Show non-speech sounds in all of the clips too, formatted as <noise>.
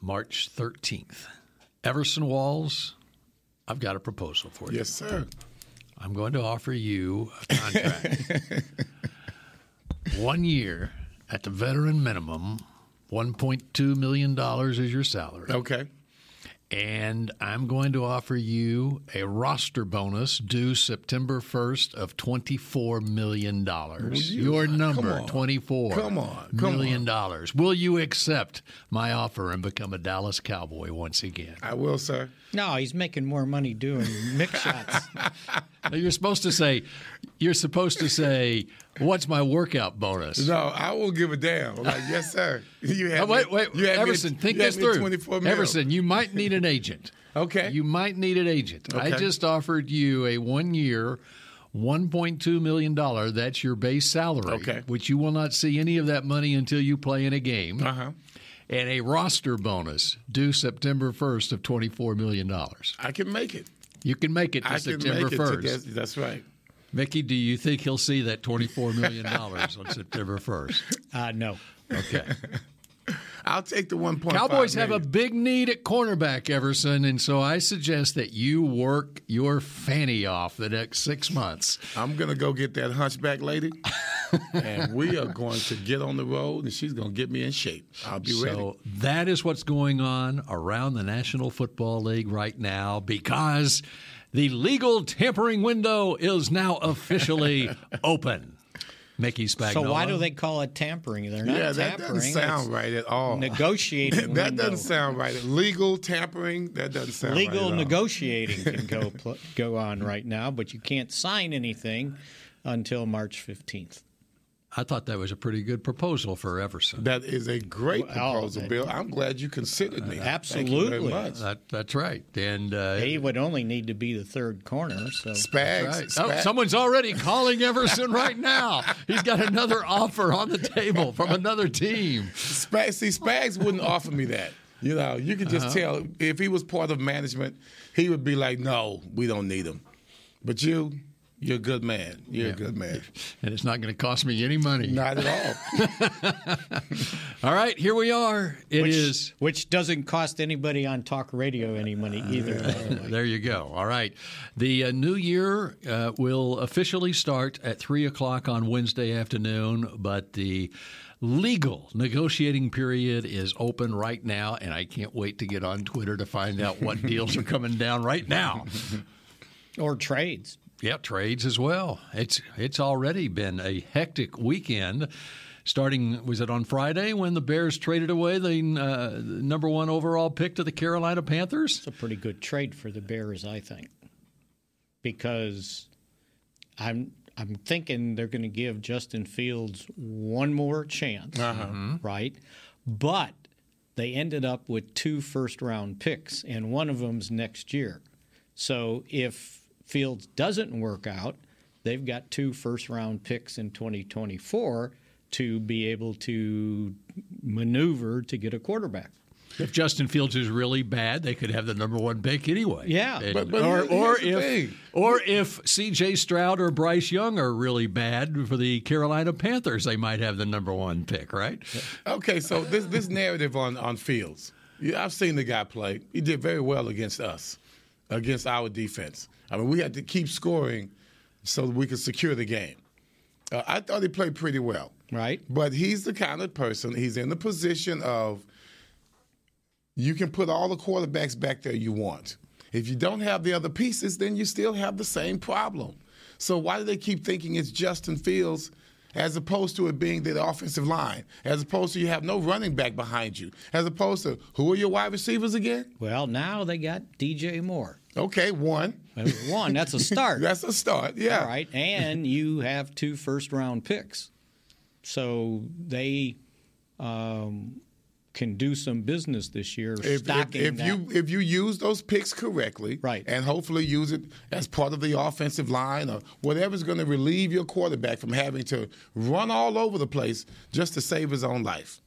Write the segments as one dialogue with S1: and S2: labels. S1: March 13th. Everson Walls, I've got a proposal for you.
S2: Yes, sir.
S1: I'm going to offer you a contract. One year at the veteran minimum, $1.2 million is your salary.
S2: Okay.
S1: And I'm going to offer you a roster bonus due September 1st of $24 million. Your number,
S2: on.
S1: $24
S2: Come on, come
S1: million
S2: on.
S1: dollars. Will you accept my offer and become a Dallas Cowboy once again?
S2: I will, sir.
S3: No, he's making more
S2: <laughs>
S3: money doing mix shots.
S1: Now, you're supposed to say, you're supposed to say, what's my workout bonus?
S2: No, I will give a damn. I'm like, yes, sir. <laughs> You
S1: Oh,
S2: have
S1: wait, wait,
S2: you had me-
S1: Everson, think
S2: you had
S1: this
S2: me at 24
S1: through.
S2: mil.
S1: Everson, you might need an agent.
S2: <laughs> Okay.
S1: You might need an agent. I
S2: Okay.
S1: just offered you a one year, $1.2 million. That's your base salary,
S2: Okay.
S1: which you will not see any of that money until you play in a game,
S2: Uh huh.
S1: and a roster bonus due September 1st of $24 million.
S2: I can make it.
S1: You can make it to
S2: I can
S1: September
S2: make it.
S1: 1st.
S2: To this, that's right.
S1: Mickey, do you think he'll see that $24 million on September 1st?
S3: Uh, no.
S1: Okay.
S2: <laughs> I'll take the one point.
S1: Cowboys have a big need at cornerback, Everson, and so I suggest that you work your fanny off the next six
S3: <laughs>
S1: months.
S2: I'm gonna go get that hunchback lady, and we are going to get on the road, and she's gonna get me in shape. I'll be ready.
S1: So that is what's going on around the National Football League right now because the legal tampering window is now officially
S3: <laughs>
S1: open. Mickey Spagnuolo.
S3: So why do they call it tampering? They're not
S2: Yeah, that
S3: tampering.
S2: doesn't sound
S3: it's
S2: right at all. <laughs>
S3: Negotiating.
S2: that
S3: window.
S2: doesn't sound right. Legal tampering. That doesn't sound right
S3: Legal
S2: at all.
S3: negotiating
S2: <laughs>
S3: can go pl- go on right now, but you can't sign anything until March fifteenth.
S1: I thought that was a pretty good proposal for Everson.
S2: That is a great
S3: Well,
S2: proposal,
S3: that-
S2: Bill. I'm glad you considered me.
S1: Uh,
S2: Thank you
S3: Absolutely.
S2: very much.
S1: That, that's right. And uh,
S3: He would only need to be the third corner. So
S2: Spags.
S1: Right. Oh,
S2: Spag-
S1: someone's already calling Everson right now. He's got another offer on the table from another team.
S2: Spag- see, Spags wouldn't offer me that. You know, you could
S1: Uh-huh.
S2: just tell if he was part of management, he would be like, "No, we don't need him." But you, you're a good man. You're a good
S1: <laughs>
S2: man.
S1: And it's not going to cost me any money.
S2: Not at all.
S1: All right, here we are. It
S3: which,
S1: is.
S3: which doesn't cost anybody on talk radio any money either. by
S2: <laughs>
S3: the way.
S1: There you go. All right. The uh, new year uh, will officially start at 3 o'clock on Wednesday afternoon, but the legal negotiating period is open right now, and I can't wait to get on Twitter to find out what deals are coming down right now.
S3: or trades.
S1: Yeah, trades as well. It's it's already been a hectic weekend. Starting was it on Friday when the Bears traded away the uh, number one overall pick to the Carolina Panthers?
S3: It's a pretty good trade for the Bears, I think, because I'm I'm thinking they're going to give Justin Fields one more chance, right? But they ended up with two first round picks, and one of them's next year. So if Fields doesn't work out, they've got two first round picks in 2024 to be able to maneuver to get a quarterback.
S1: If Justin Fields is really bad, they could have the number one pick anyway.
S3: Yeah.
S1: And-
S2: But- but
S1: or
S2: here-
S1: or
S2: here's the
S1: if
S2: thing.
S1: or if C.J. Stroud or Bryce Young are really bad for the Carolina Panthers, they might have the number one pick, right?
S2: okay, so this this narrative on on Fields. Yeah, I've seen the guy play. He did very well against us, against our defense. I mean, we had to keep scoring so that we could secure the game. Uh, I thought he played pretty well.
S3: Right.
S2: But he's the kind of person, he's in the position of you can put all the quarterbacks back there you want. If you don't have the other pieces, then you still have the same problem. So why do they keep thinking it's Justin Fields as opposed to it being the offensive line, as opposed to you have no running back behind you, as opposed to who are your wide receivers again?
S3: Well, now they got DJ Moore.
S2: Okay, one.
S3: Number One,
S2: <laughs>
S3: that's a start.
S2: That's a start. Yeah.
S3: All right. And you have two first round picks. So they um, can do some business this year.
S2: If, if,
S3: stocking
S2: if
S3: that.
S2: you if you use those picks correctly,
S3: Right.
S2: and hopefully use it as part of the offensive line or whatever's going to relieve your quarterback from having to run all over the place just to save his own life.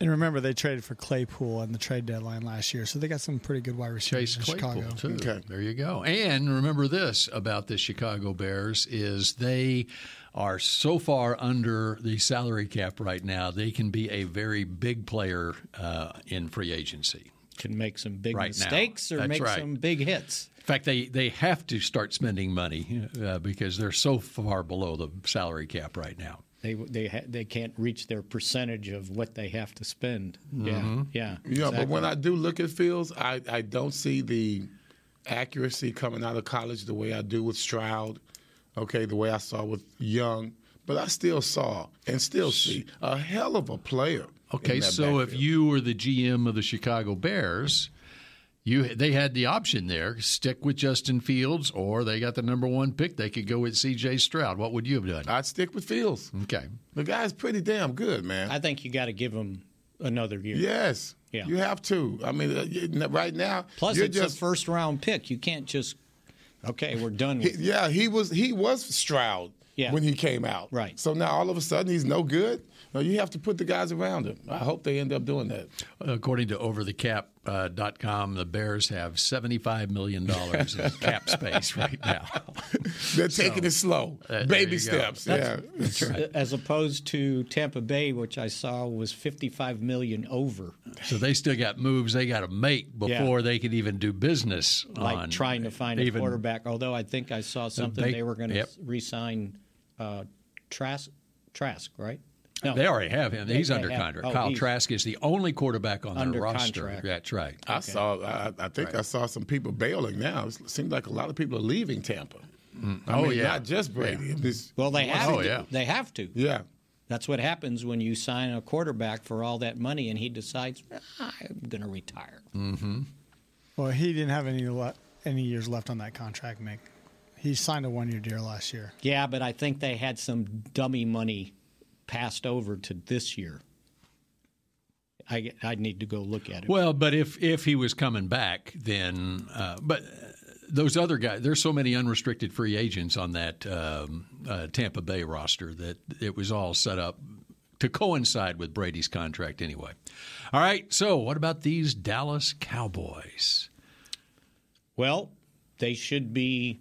S4: And remember, they traded for Claypool on the trade deadline last year, so they got some pretty good wide receivers
S1: Chase
S4: in
S1: Claypool
S4: Chicago.
S1: too.
S2: Okay.
S1: There you go. And remember this about the Chicago Bears is they are so far under the salary cap right now. They can be a very big player uh, in free agency.
S3: can make some big
S1: Right now.
S3: mistakes or
S1: That's
S3: make
S1: right.
S3: some big hits.
S1: In fact, they, they have to start spending money uh, because they're so far below the salary cap right now.
S3: They they ha- they can't reach their percentage of what they have to spend. Yeah, yeah,
S2: Mm-hmm. Yeah,
S3: exactly.
S2: but when I do look at Fields, I, I don't see the accuracy coming out of college the way I do with Stroud, okay, the way I saw with Young. But I still saw and still see a hell of a player. in
S1: Okay,
S2: that
S1: so if
S2: backfield.
S1: you were the GM of the Chicago Bears, you they had the option there: stick with Justin Fields, or they got the number one pick. They could go with C.J. Stroud. What would you have done?
S2: I'd stick with Fields.
S1: Okay,
S2: The guy's pretty damn good, man.
S3: I think you got to give them another year.
S2: Yes.
S3: Yeah.
S2: You have to. I mean, uh, you- n- right now.
S3: Plus,
S2: you're
S3: it's a first round pick. You can't just okay,
S2: <laughs>
S3: we're done.
S2: he-
S3: With it.
S2: yeah, he was he was Stroud
S3: Yeah.
S2: when he came out.
S3: Right.
S2: So now all of a sudden he's no good. No, you have to put the guys around him. I hope they end up doing that.
S1: according to OverTheCap.com, uh, the Bears have seventy-five million dollars <laughs> in cap space right now.
S2: They're taking it slow,
S1: uh, there
S2: baby
S1: you go.
S2: steps.
S3: <laughs>
S2: yeah.
S3: As opposed to Tampa Bay, which I saw was 55 million over,
S1: So they still got moves they got to make before they can even do business.
S3: like
S1: on
S3: trying to find a
S1: even-
S3: quarterback. Although I think I saw something
S1: they-
S3: they, were going to
S1: yep.
S3: re-sign uh, Trask. Trask, right? No,
S1: They already have him. He's
S3: they
S1: under
S3: have-
S1: contract.
S3: oh,
S1: Kyle
S3: he's-
S1: Trask is the only quarterback on
S3: Under
S1: their roster.
S3: contract.
S1: That's right.
S2: I saw. I, I think I saw some people bailing now. It seems like a lot of people are leaving Tampa. I
S1: Oh,
S2: mean,
S1: yeah.
S2: not just Brady. This-
S3: Well, they have.
S1: Oh,
S3: to.
S1: yeah.
S3: They have to.
S2: yeah.
S3: That's what happens when you sign a quarterback for all that money, and he decides "Ah, I'm going to retire.
S1: Mm.
S4: Well, he didn't have any le- any years left on that contract, Mick. He signed a one year deal last year.
S3: Yeah, but I think they had some dummy money passed over to this year. I I need to go look at it.
S1: Well, but if if he was coming back, then uh, but uh, those other guys, there's so many unrestricted free agents on that um, uh, Tampa Bay roster that it was all set up to coincide with Brady's contract anyway. All right, so what about these Dallas Cowboys?
S3: Well, they should be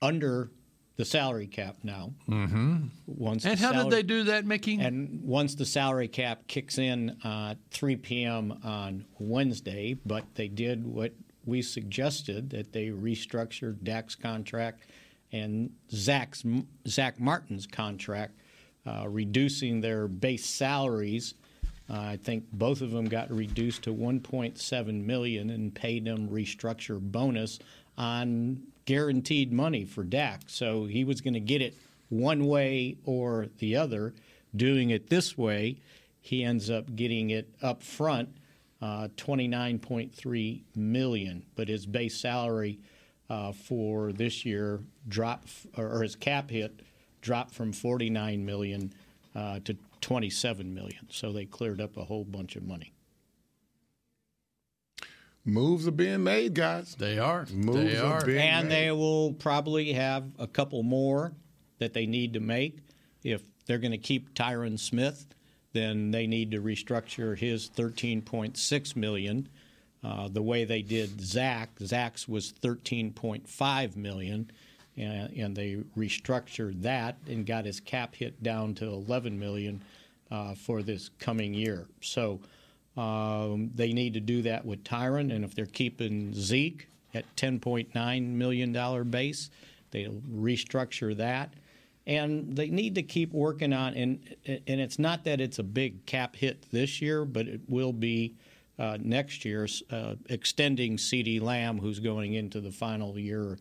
S3: under the salary cap now. Mm-hmm. Once
S1: And
S3: the
S1: how
S3: salary,
S1: did they do that, Mickey?
S3: And once the salary cap kicks in uh, at 3 p.m. on Wednesday, but they did what we suggested that they restructured Dak's contract and Zach's Zach Martin's contract, uh, reducing their base salaries. Uh, I think both of them got reduced to 1.7 million and paid him restructure bonus on guaranteed money for Dak. So he was going to get it one way or the other. Doing it this way, he ends up getting it up front, uh, 29.3 million. But his base salary uh, for this year dropped, or or his cap hit dropped from 49 million uh, to 27 million. So they cleared up a whole bunch of money.
S2: Moves are being made, guys.
S1: they are.
S2: Moves
S1: They
S2: are
S1: are.
S2: big.
S3: And they will probably have a couple more that they need to make. If they're going to keep Tyron Smith, then they need to restructure his 13.6 million. Uh, the way they did Zach, Zach's was 13.5 million, and, and they restructured that and got his cap hit down to 11 million uh, for this coming year. So um, they need to do that with Tyron, and if they're keeping Zeke at 10.9 million dollar base, they'll restructure that, and they need to keep working on. and And it's not that it's a big cap hit this year, but it will be uh, next year, uh, extending C.D. Lamb, who's going into the final year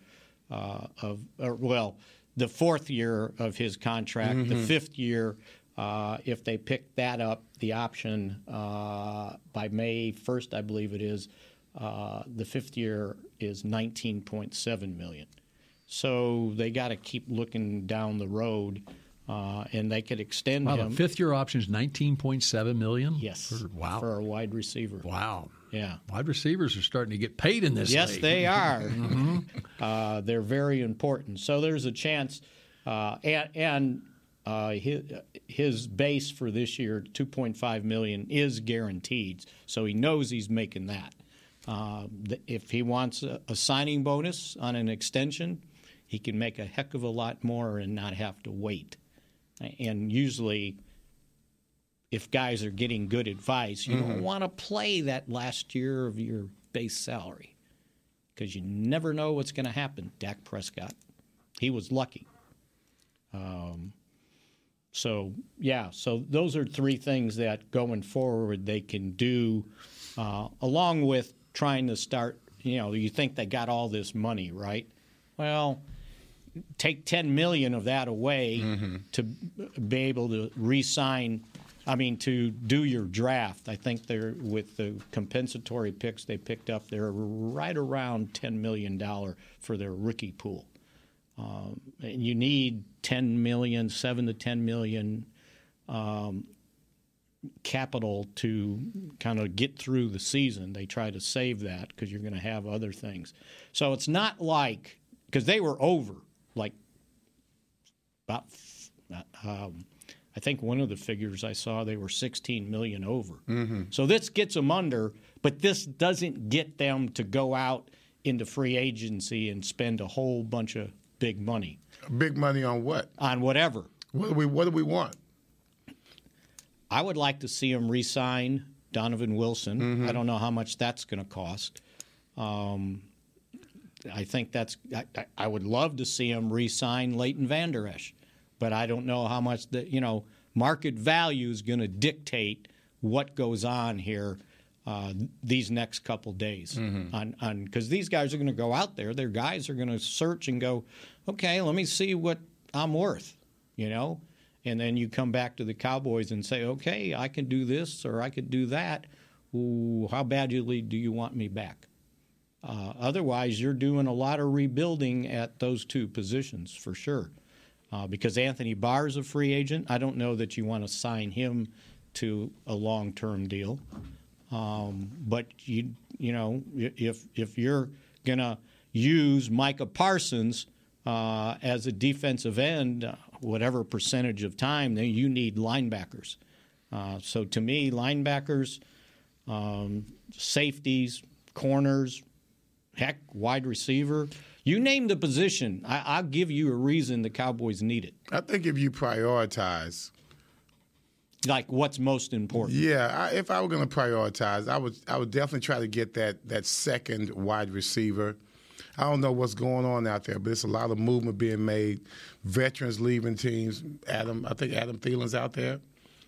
S3: uh, of, or, well, the fourth year of his contract,
S1: Mm-hmm.
S3: the fifth year. Uh, if they pick that up, the option uh, by May 1st, I believe it is, uh, the fifth year is 19.7 million. So they got to keep looking down the road uh, and they could extend
S1: Wow, the
S3: him.
S1: fifth year option is 19.7 million?
S3: yes,
S1: For- wow.
S3: for a wide receiver.
S1: wow.
S3: Yeah.
S1: Wide receivers are starting to get paid in this
S3: Yes,
S1: league.
S3: they are. uh, they're very important. So there's a chance, uh, and, and uh, his, his base for this year, 2.5 million, is guaranteed. So he knows he's making that. Uh, th- if he wants a, a signing bonus on an extension, he can make a heck of a lot more and not have to wait. And usually, if guys are getting good advice, you don't want to play that last year of your base salary because you never know what's going to happen. Dak Prescott, he was lucky. Um, so yeah, so those are three things that going forward they can do, uh, along with trying to start. You know, you think they got all this money, right? Well, take 10 million of that away to be able to re-sign i mean to do your draft i think they're with the compensatory picks they picked up they're right around 10 million dollar for their rookie pool um, and you need 10 million 7 to 10 million capital to kind of get through the season. They try to save that because you're going to have other things. So it's not like because they were over like about f- um, I think one of the figures I saw they were 16 million over. So this gets them under, but this doesn't get them to go out into free agency and spend a whole bunch of big money
S2: Big money on what?
S3: on whatever.
S2: What do we What do we want?
S3: I would like to see him re-sign Donovan Wilson. I don't know how much that's going to cost. Um, I think that's. I, I- I would love to see him re-sign Leighton Vander Esch, but I don't know how much the you know market value is going to dictate what goes on here. Uh, these next couple days, on on because these guys are going to go out there. Their guys are going to search and go, okay, let me see what I'm worth, you know, and then you come back to the Cowboys and say, okay, I can do this or I could do that. Ooh, how badly do you want me back? Uh, otherwise, you're doing a lot of rebuilding at those two positions for sure. Uh, because Anthony Barr is a free agent, I don't know that you want to sign him to a long-term deal. Um, but you you know i- if if you're gonna use Micah Parsons uh, as a defensive end, uh, whatever percentage of time, then you need linebackers. Uh, so to me, linebackers, um, safeties, corners, heck, wide receiver. You name the position, I, I'll give you a reason the Cowboys need it.
S2: I think if you prioritize,
S3: Like what's most important.
S2: yeah, I, if I were going to prioritize, I would I would definitely try to get that that second wide receiver. I don't know what's going on out there, but it's a lot of movement being made. Veterans leaving teams. Adam, I think Adam Thielen's out there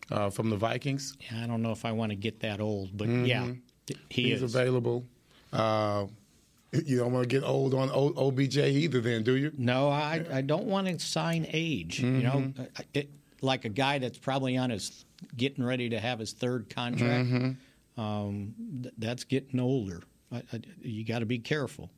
S2: uh, from the Vikings.
S3: I don't know if I want to get that old, but yeah, he
S2: Mm-hmm. He's
S3: is.
S2: available. Uh, you don't want to get old on o- OBJ either, then, do you?
S3: No, I, I don't want to sign age. You
S2: Mm-hmm.
S3: know, I- it, like a guy that's probably on his getting ready to have his third contract.
S2: Mm-hmm.
S3: Um, th- that's getting older. I, I, you got to be careful.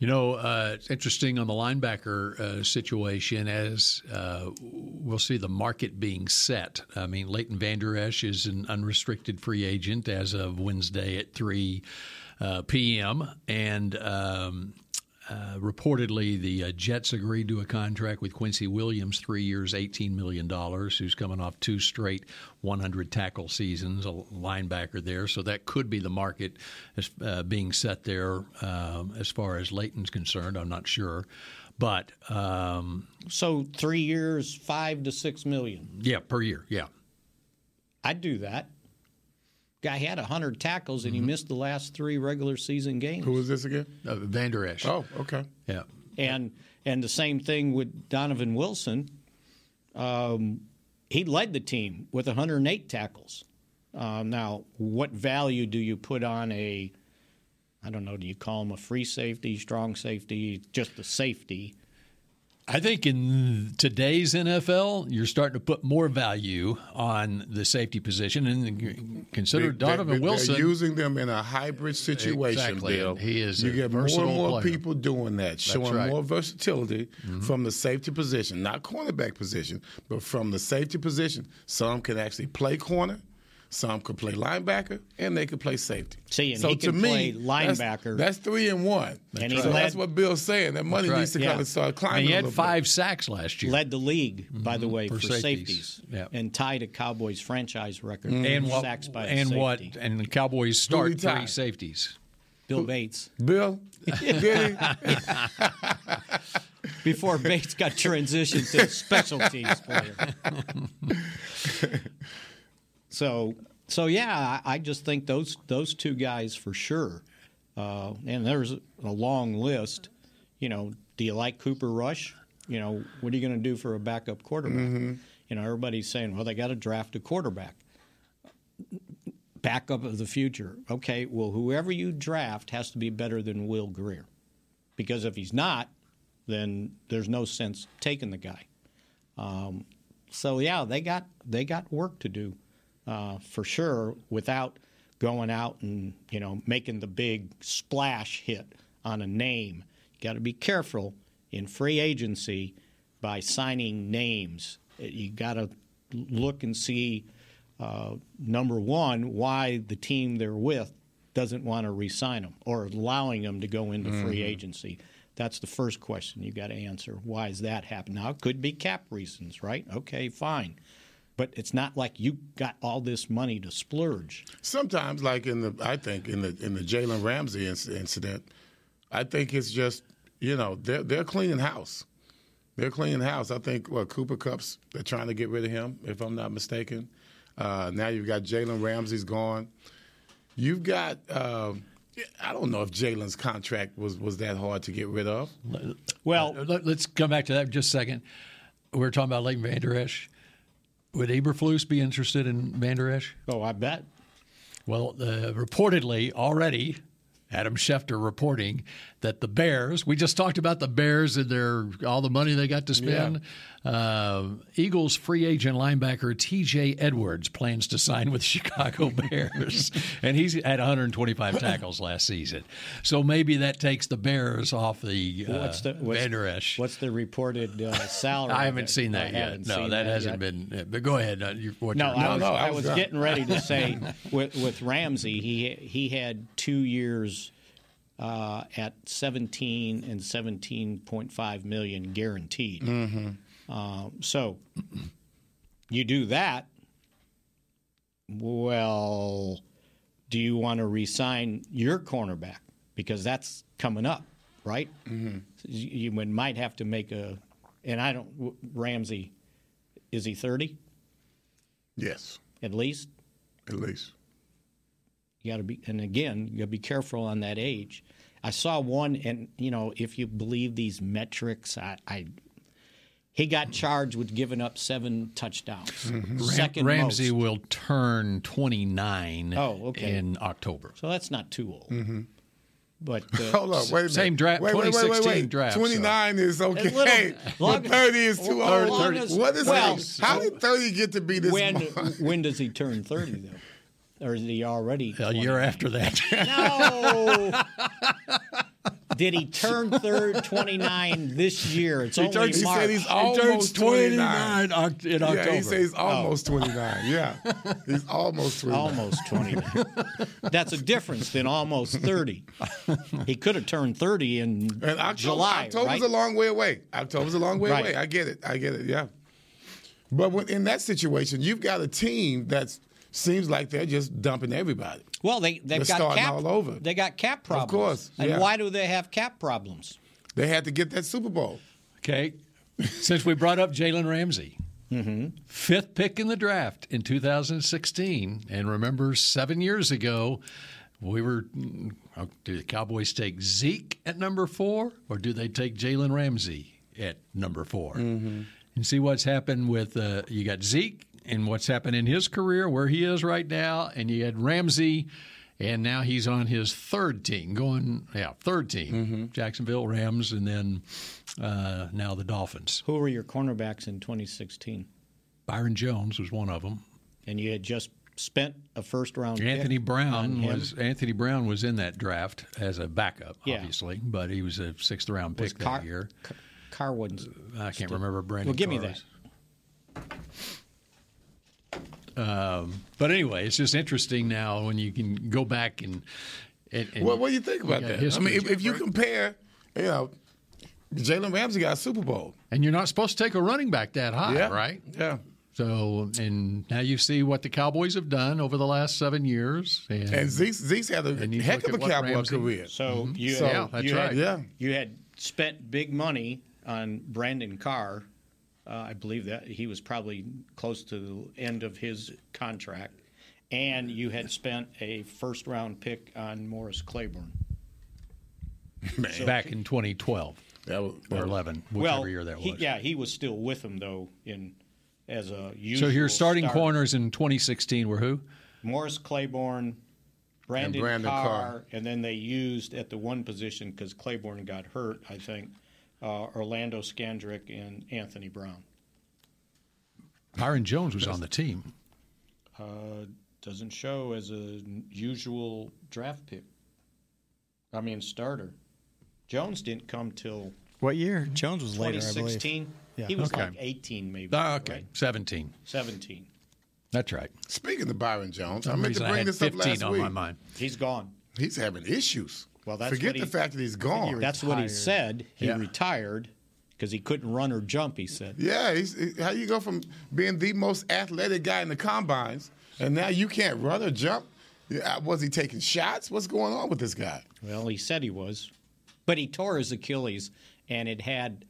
S1: You know, uh, it's interesting on the linebacker uh, situation as uh, we'll see the market being set. I mean, Leighton Vander Esch is an unrestricted free agent as of Wednesday at 3 uh, p.m. And um, uh, reportedly, the uh, Jets agreed to a contract with Quincy Williams, three years, $18 million, who's coming off two straight 100 tackle seasons, a linebacker there. So that could be the market as, uh, being set there um, as far as Leighton's concerned. I'm not sure. But um,
S3: So three years, five to six million.
S1: yeah, per year. Yeah.
S3: I'd do that. Guy had hundred tackles
S1: Mm-hmm.
S3: and he missed the last three regular season games.
S2: Who is this again?
S1: Uh, Vander Esch.
S2: Oh, okay.
S1: Yeah.
S3: and and the same thing with Donovan Wilson. Um, he led the team with 108 tackles. Um, now, what value do you put on a? I don't know. Do you call him a free safety, strong safety, just a safety?
S1: I think in today's NFL, you're starting to put more value on the safety position, and consider Donovan
S2: they're
S1: Wilson.
S2: using them in a hybrid situation,
S1: Exactly.
S2: Bill.
S1: He is
S2: You
S1: a
S2: get more and
S1: versatile
S2: more
S1: player.
S2: people doing that, showing
S1: right. Mm-hmm.
S2: more versatility from the safety position, not cornerback position, but from the safety position. Some can actually play corner, some can play linebacker, and they can play safety.
S3: See, and
S2: so
S3: he
S2: to
S3: can
S2: me,
S3: play
S2: that's-
S3: linebacker.
S2: That's, three and one.
S3: And
S2: so
S3: he
S2: that's
S3: led-
S2: what Bill's saying. That money
S1: That's right.
S2: needs to
S3: Yeah.
S2: kind of start climbing.
S1: and he
S2: a
S1: had
S2: little
S1: five
S2: Bit.
S1: sacks last year.
S3: Led the league, by the way,
S1: Mm-hmm. For
S3: for,
S1: safeties.
S3: safeties,
S1: Yeah.
S3: and tied a Cowboys franchise record
S1: and
S3: for
S1: what?
S3: sacks by a
S1: and
S3: safety.
S1: what? And the Cowboys start three
S2: retired?
S1: safeties.
S3: Bill Bates.
S1: <laughs>
S2: Bill, did he?
S3: Before Bates got transitioned to special teams player. <laughs> so, so yeah, I, I just think those those two guys for sure. Uh, and there's a long list. You know, do you like Cooper Rush? You know, what are you going to do for a backup quarterback? You know, everybody's saying, well, they got to draft a quarterback. backup of the future. Okay, well, whoever you draft has to be better than Will Greer. Because if he's not, then there's no sense taking the guy. Um, so yeah, they got they got work to do uh, for sure without going out and you know making the big splash hit on a name. You got to be careful in free agency by signing names. You got to look and see uh, number one why the team they're with doesn't want to re-sign them or allowing them to go into free
S1: Mm-hmm.
S3: agency. That's the first question you got to answer. Why is that happening? Now it could be cap reasons, right? Okay, fine, but it's not like you got all this money to splurge.
S2: Sometimes, like in the, I think in the in the Jalen Ramsey inc- incident, I think it's just you know they're they're cleaning house, they're cleaning house. I think well Cooper Cups they're trying to get rid of him if I'm not mistaken. Uh, now you've got Jalen Ramsey's gone. You've got um, I don't know if Jalen's contract was was that hard to get rid of.
S3: Well,
S1: Uh, Let, us come back to that in just a second. We were talking about Leighton Vander Esch. Would Eberflus be interested in Vander Esch?
S3: oh, I bet.
S1: Well, uh, reportedly already, Adam Schefter reporting that the Bears. We just talked about the Bears and their all the money they got to spend. Um, Eagles free agent linebacker T.J. Edwards plans to sign with <laughs> Chicago Bears, and he's had
S3: <laughs>
S1: 125 tackles last season. So maybe that takes the Bears off the, uh,
S3: What's the what's,
S1: Vander Esch.
S3: What's the
S1: <laughs>
S3: reported uh, salary?
S1: I haven't seen
S3: I
S1: that yet.
S3: haven't
S1: No,
S3: seen
S1: that, hasn't
S3: yet.
S1: been. But go ahead. uh, you- what
S3: No,
S1: you're-
S3: I was,
S2: no, I
S3: I
S2: was
S3: was
S2: drunk.
S3: getting ready to say with, with Ramsey, he he had two years uh, at 17 and 17.5 million guaranteed. Uh, so you do that. Well, do you want to resign your cornerback because that's coming up, right? Mm-hmm. You, you would- might have to make a, and I don't Ramsey, is he 30?
S2: Yes,
S3: at least.
S2: at least.
S3: You got to be, and again, you got to be careful on that age. I saw one, and you know, if you believe these metrics, I, I he got charged with giving up seven touchdowns,
S1: Ram-
S2: Mm-hmm.
S3: second
S1: Ramsey
S3: most.
S1: will turn 29
S3: Oh, okay.
S1: in October.
S3: So that's not too old.
S2: Mm-hmm. <laughs>
S3: But uh,
S2: Hold up, wait a minute.
S1: Same draft,
S2: Wait, wait, wait, wait,
S1: 2016
S2: wait.
S1: draft, so-
S2: Twenty nine is okay.
S3: little- long-
S2: but thirty is too
S3: Well,
S2: old.
S3: long as-
S2: What is
S3: well,
S2: thirty? How did thirty get to be this?
S3: when
S2: mo-
S3: <laughs> when does he turn thirty though, or is he already
S1: A year after that.
S3: No.
S2: <laughs>
S3: Did he turn third twenty nine this year? It's <laughs>
S1: <laughs>
S3: only
S2: turned- he said
S3: March.
S2: he's
S1: He turns
S2: almost
S1: 29
S2: 29
S1: oct- in October.
S2: <laughs> Yeah, he says he's almost 29. Yeah, he's almost 29.
S3: Oh. Almost 29. <laughs> That's a difference than almost 30. He could have turned 30 in
S2: And October,
S3: July,
S2: October's
S3: right?
S2: a long way away. October's a long way
S3: Right.
S2: away. I get it. I get it. Yeah. But when, in that situation, you've got a team that seems like they're just dumping everybody.
S3: well, they they've
S2: They're
S3: got
S2: starting
S3: cap,
S2: all over.
S3: They got cap problems.
S2: course, yeah.
S3: And why do they have cap problems?
S2: They had to get that Super Bowl.
S1: Okay. Since we brought up Jalen Ramsey, fifth pick in the draft in 2016, and remember seven years ago, we were mm, oh, do the Cowboys take Zeke at number four, or do they take Jalen Ramsey at number 4 And see what's happened with uh, you got Zeke and what's happened in his career, where he is right now, and you had Ramsey and now he's on his third team, going yeah, third team:
S3: Mm-hmm.
S1: Jacksonville Rams, and then uh, now the Dolphins.
S3: Who were your cornerbacks in 2016?
S1: Byron Jones was one of them.
S3: And you had just spent a first round. pick
S1: Anthony
S3: on
S1: Brown
S3: him.
S1: was Anthony Brown was in that draft as a backup,
S3: Yeah.
S1: obviously, but he was a sixth round pick
S3: Was Car-
S1: that year.
S3: Car- Carwood's.
S1: I can't remember Brandon.
S3: Well, give me that.
S1: Carr's. Um, But anyway, it's just interesting now when you can go back and. and, and
S2: Well, what do you think about
S1: got
S2: that?
S1: history.
S2: I mean, if, if you compare, you know, Jalen Ramsey got a Super Bowl.
S1: and you're not supposed to take a running back that high,
S2: Yeah.
S1: Ah, right?
S2: Yeah.
S1: So, and now you see what the Cowboys have done over the last seven years. And,
S2: And Zeke's, Zeke's had a
S1: And you
S2: heck
S1: look
S2: of a
S1: at what
S2: cowboy
S1: Ramsey-
S2: career.
S3: So you,
S2: So-
S1: Yeah,
S3: had,
S1: that's
S3: you,
S1: right.
S3: had,
S2: Yeah.
S3: you had spent big money on Brandon Carr. Uh, I believe that he was probably close to the end of his contract, and you had spent a first round pick on Morris Claiborne.
S1: back in 2012
S2: That was,
S1: or 11, whichever
S3: well,
S1: year that was.
S3: he- yeah, he was still with him though in as a
S1: so
S3: usual
S1: your starting
S3: starter.
S1: corners in 2016 were who?
S3: Morris Claiborne, Brandon,
S2: Brandon
S3: Carr,
S2: Carr.
S3: and then they used at the one position because Claiborne got hurt, I think, uh, Orlando Skandrick and Anthony Brown.
S1: Byron Jones was on the team.
S3: Uh, doesn't show as a usual draft pick. I mean, starter. Jones didn't come till
S4: What year? Mm-hmm. Jones was later, I believe.
S3: 2016.
S4: Yeah.
S3: He was
S1: Okay.
S3: like 18, maybe.
S2: Ah, okay.
S3: right?
S1: 17.
S3: 17.
S1: That's right.
S2: Speaking of Byron Jones, I meant to
S1: Reason I
S2: bring
S1: had
S2: this up
S1: 15
S2: last
S1: on
S2: week.
S1: my mind.
S3: He's gone.
S2: He's having issues.
S3: Well, that's
S2: Forget
S3: what he-
S2: the fact that he's gone.
S3: That's what he
S4: retired.
S3: said. He
S1: Yeah.
S3: retired because he couldn't run or jump, he said.
S2: yeah, he's, he- how you go from being the most athletic guy in the combines and now you can't run or jump? Yeah, uh, Was he taking shots? What's going on with this guy?
S3: Well, he said he was, but he tore his Achilles, and it had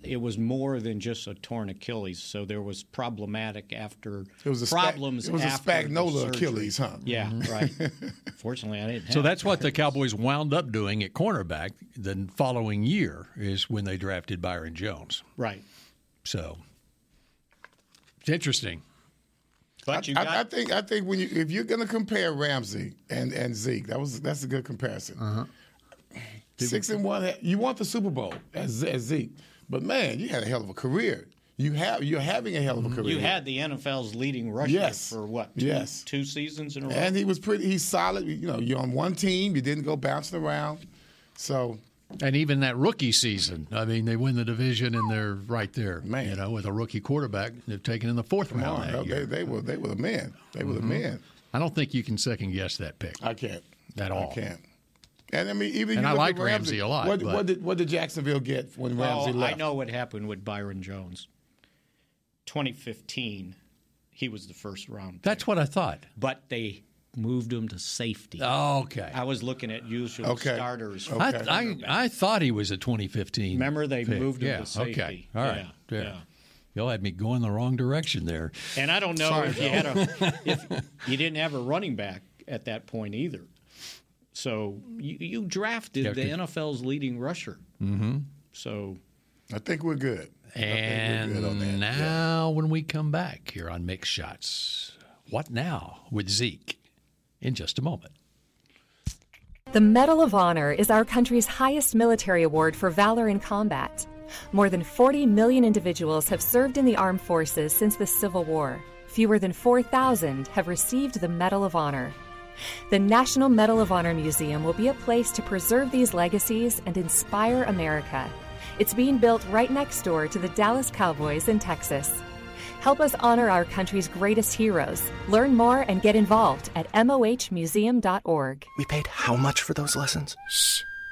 S3: it was more than just a torn Achilles. So there was problematic after
S2: It was a spag-
S3: problems.
S2: it was a
S3: after the
S2: Spagnola
S3: surgery.
S2: Achilles, huh?
S3: Yeah, right.
S1: <laughs>
S3: Fortunately, I didn't.
S1: Mm-hmm. So
S3: have
S1: that's what the Cowboys wound up doing at cornerback the following year is when they drafted Byron Jones.
S3: it. right.
S1: So it's interesting.
S3: But you
S2: I,
S3: got
S2: I think I think when you if you're gonna compare Ramsey and, and Zeke, that was that's a good comparison.
S1: Uh-huh.
S2: Six and one, you want the Super Bowl as, as Zeke, but man, you had a hell of a career. You have you're having a hell of a
S1: Mm-hmm.
S2: career.
S3: you had the NFL's leading rusher
S2: Yes.
S3: for what? Two,
S2: Yes.
S3: two seasons in a row.
S2: and he was pretty. He's solid. You know, you're on one team. You didn't go bouncing around. So
S1: And even that rookie season, I mean, they win the division and they're right there.
S2: Man.
S1: You know, with a rookie quarterback they've taken in the fourth round that
S2: they,
S1: year.
S2: they were they were the men. They were
S1: Mm-hmm.
S2: the men.
S1: I don't think you can second guess that pick.
S2: I can't
S1: At all.
S2: I can't. And I mean, even
S1: And
S2: you
S1: I
S2: look
S1: like
S2: at
S1: Ramsey a lot,
S2: What,
S1: but- Oh,
S2: what did what did Jacksonville get when Ramsey
S3: Well,
S2: left?
S3: Oh, I know what happened with Byron Jones. 2015, he was the first round.
S1: That's what I thought.
S3: but they moved him to safety.
S1: Okay.
S3: I was looking at usual
S2: Oh. Okay.
S3: starters.
S1: I,
S2: Okay.
S1: I, I thought he was a 2015.
S3: Remember they
S1: pick.
S3: moved him
S1: yeah,
S3: to safety.
S1: Okay. All right.
S3: Yeah,
S1: Yeah.
S3: yeah.
S1: Y'all had me going the wrong direction there.
S3: And I don't know if you had a if you didn't have a running back at that point either. So you, you drafted
S1: Yeah,
S3: the
S1: 'cause-
S3: NFL's leading rusher. Mm-hmm. So
S2: I think we're good.
S1: And
S2: good on that,
S1: now, when we come back here on Mix Shots, what now with Zeke? In just a moment.
S5: The Medal of Honor is our country's highest military award for valor in combat. More than 40 million individuals have served in the armed forces since the Civil War. Fewer than 4,000 have received the Medal of Honor. The National Medal of Honor Museum will be a place to preserve these legacies and inspire America. It's being built right next door to the Dallas Cowboys in Texas. Help us honor our country's greatest heroes. Learn more and get involved at mohmuseum.org.
S6: We paid how much for those lessons?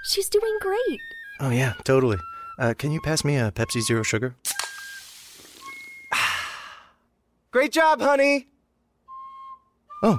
S7: She's doing great.
S6: Oh, yeah, totally. Uh, can you pass me a Pepsi Zero Sugar? <sighs> Great job, honey! Oh.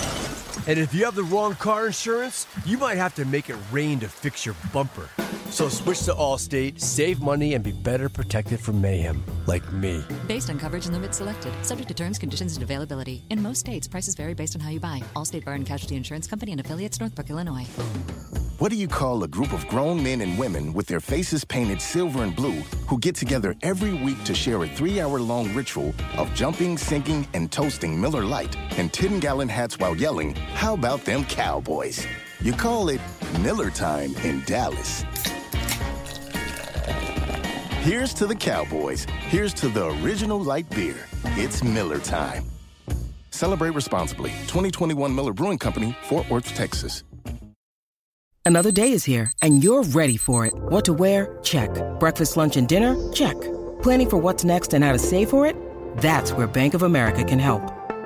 S8: And if you have the wrong car insurance, you might have to make it rain to fix your bumper. So switch to Allstate, save money, and be better protected from mayhem, like me.
S9: Based on coverage and limits selected, subject to terms, conditions, and availability. In most states, prices vary based on how you buy. Allstate Bar and Casualty Insurance Company and affiliates, Northbrook, Illinois.
S10: What do you call a group of grown men and women with their faces painted silver and blue who get together every week to share a three hour long ritual of jumping, sinking, and toasting Miller Lite in 10 gallon hats while yelling, How about them cowboys? You call it Miller Time in Dallas. Here's to the Cowboys. Here's to the original light beer. It's Miller Time. Celebrate responsibly. 2021 Miller Brewing Company, Fort Worth, Texas.
S11: Another day is here, and you're ready for it. What to wear? Check. Breakfast, lunch, and dinner? Check. Planning for what's next and how to save for it? That's where Bank of America can help.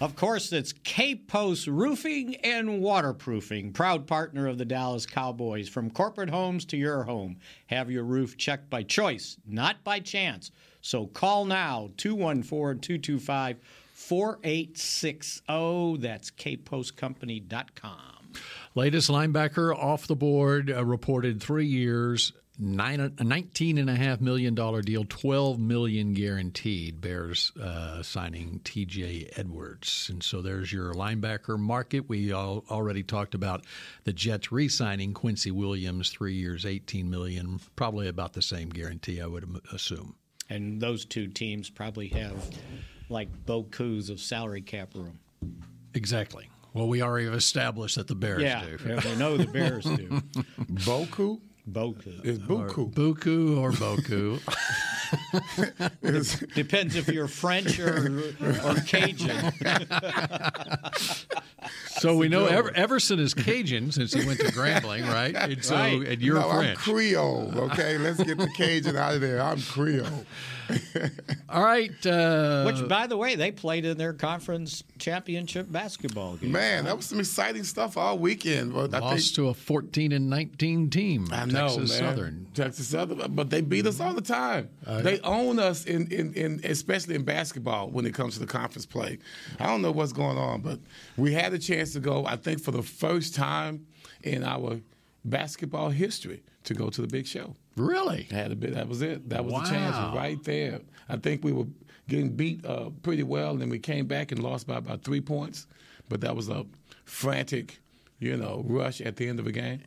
S3: Of course, it's K-Post Roofing and Waterproofing, proud partner of the Dallas Cowboys. From corporate homes to your home, have your roof checked by choice, not by chance. So call now, 214-225-4860. oh. That's kpostcompany.com.
S1: Latest linebacker off the board, uh, reported three years, nine, uh, a $19.5 million deal, $12 million guaranteed. Bears uh, signing TJ Edwards. And so there's your linebacker market. We all, already talked about the Jets re signing Quincy Williams, three years, $18 million, probably about the same guarantee, I would am- assume.
S3: And those two teams probably have like bokus of salary cap room.
S1: Exactly. Well, we already have established that the Bears
S3: yeah,
S1: do.
S3: yeah, we know the
S2: <laughs>
S3: Bears do.
S2: Boku?
S3: Boku.
S2: It's
S1: Buku. <laughs> Buku or Boku.
S3: Depends if you're French or, or Cajun.
S1: so we know Ever- Everson is Cajun since he went to Grambling, right? And so and you're
S2: no,
S1: French.
S2: I'm Creole. Okay, let's get
S1: <laughs>
S2: the Cajun out of there. I'm Creole.
S1: All right. Uh,
S3: Which, by the way, they played in their conference championship basketball game.
S2: Man, that was some exciting stuff all weekend. But I
S1: Lost
S2: think,
S1: to a 14 and 19 team,
S2: I know,
S1: Texas
S2: man.
S1: Southern.
S2: Texas Southern, but they beat us all the time.
S1: Uh,
S2: they own us in, in, in especially in basketball when it comes to the conference play. I don't know what's going on, but we had a chance to go. I think for the first time in our basketball history to go to the big show.
S1: Really?
S2: Had a bit. That was it. That was the chance
S1: Wow.
S2: right there. I think we were getting beat uh, pretty well, and then we came back and lost by about three points. But that was a frantic, you know, rush at the end of a game.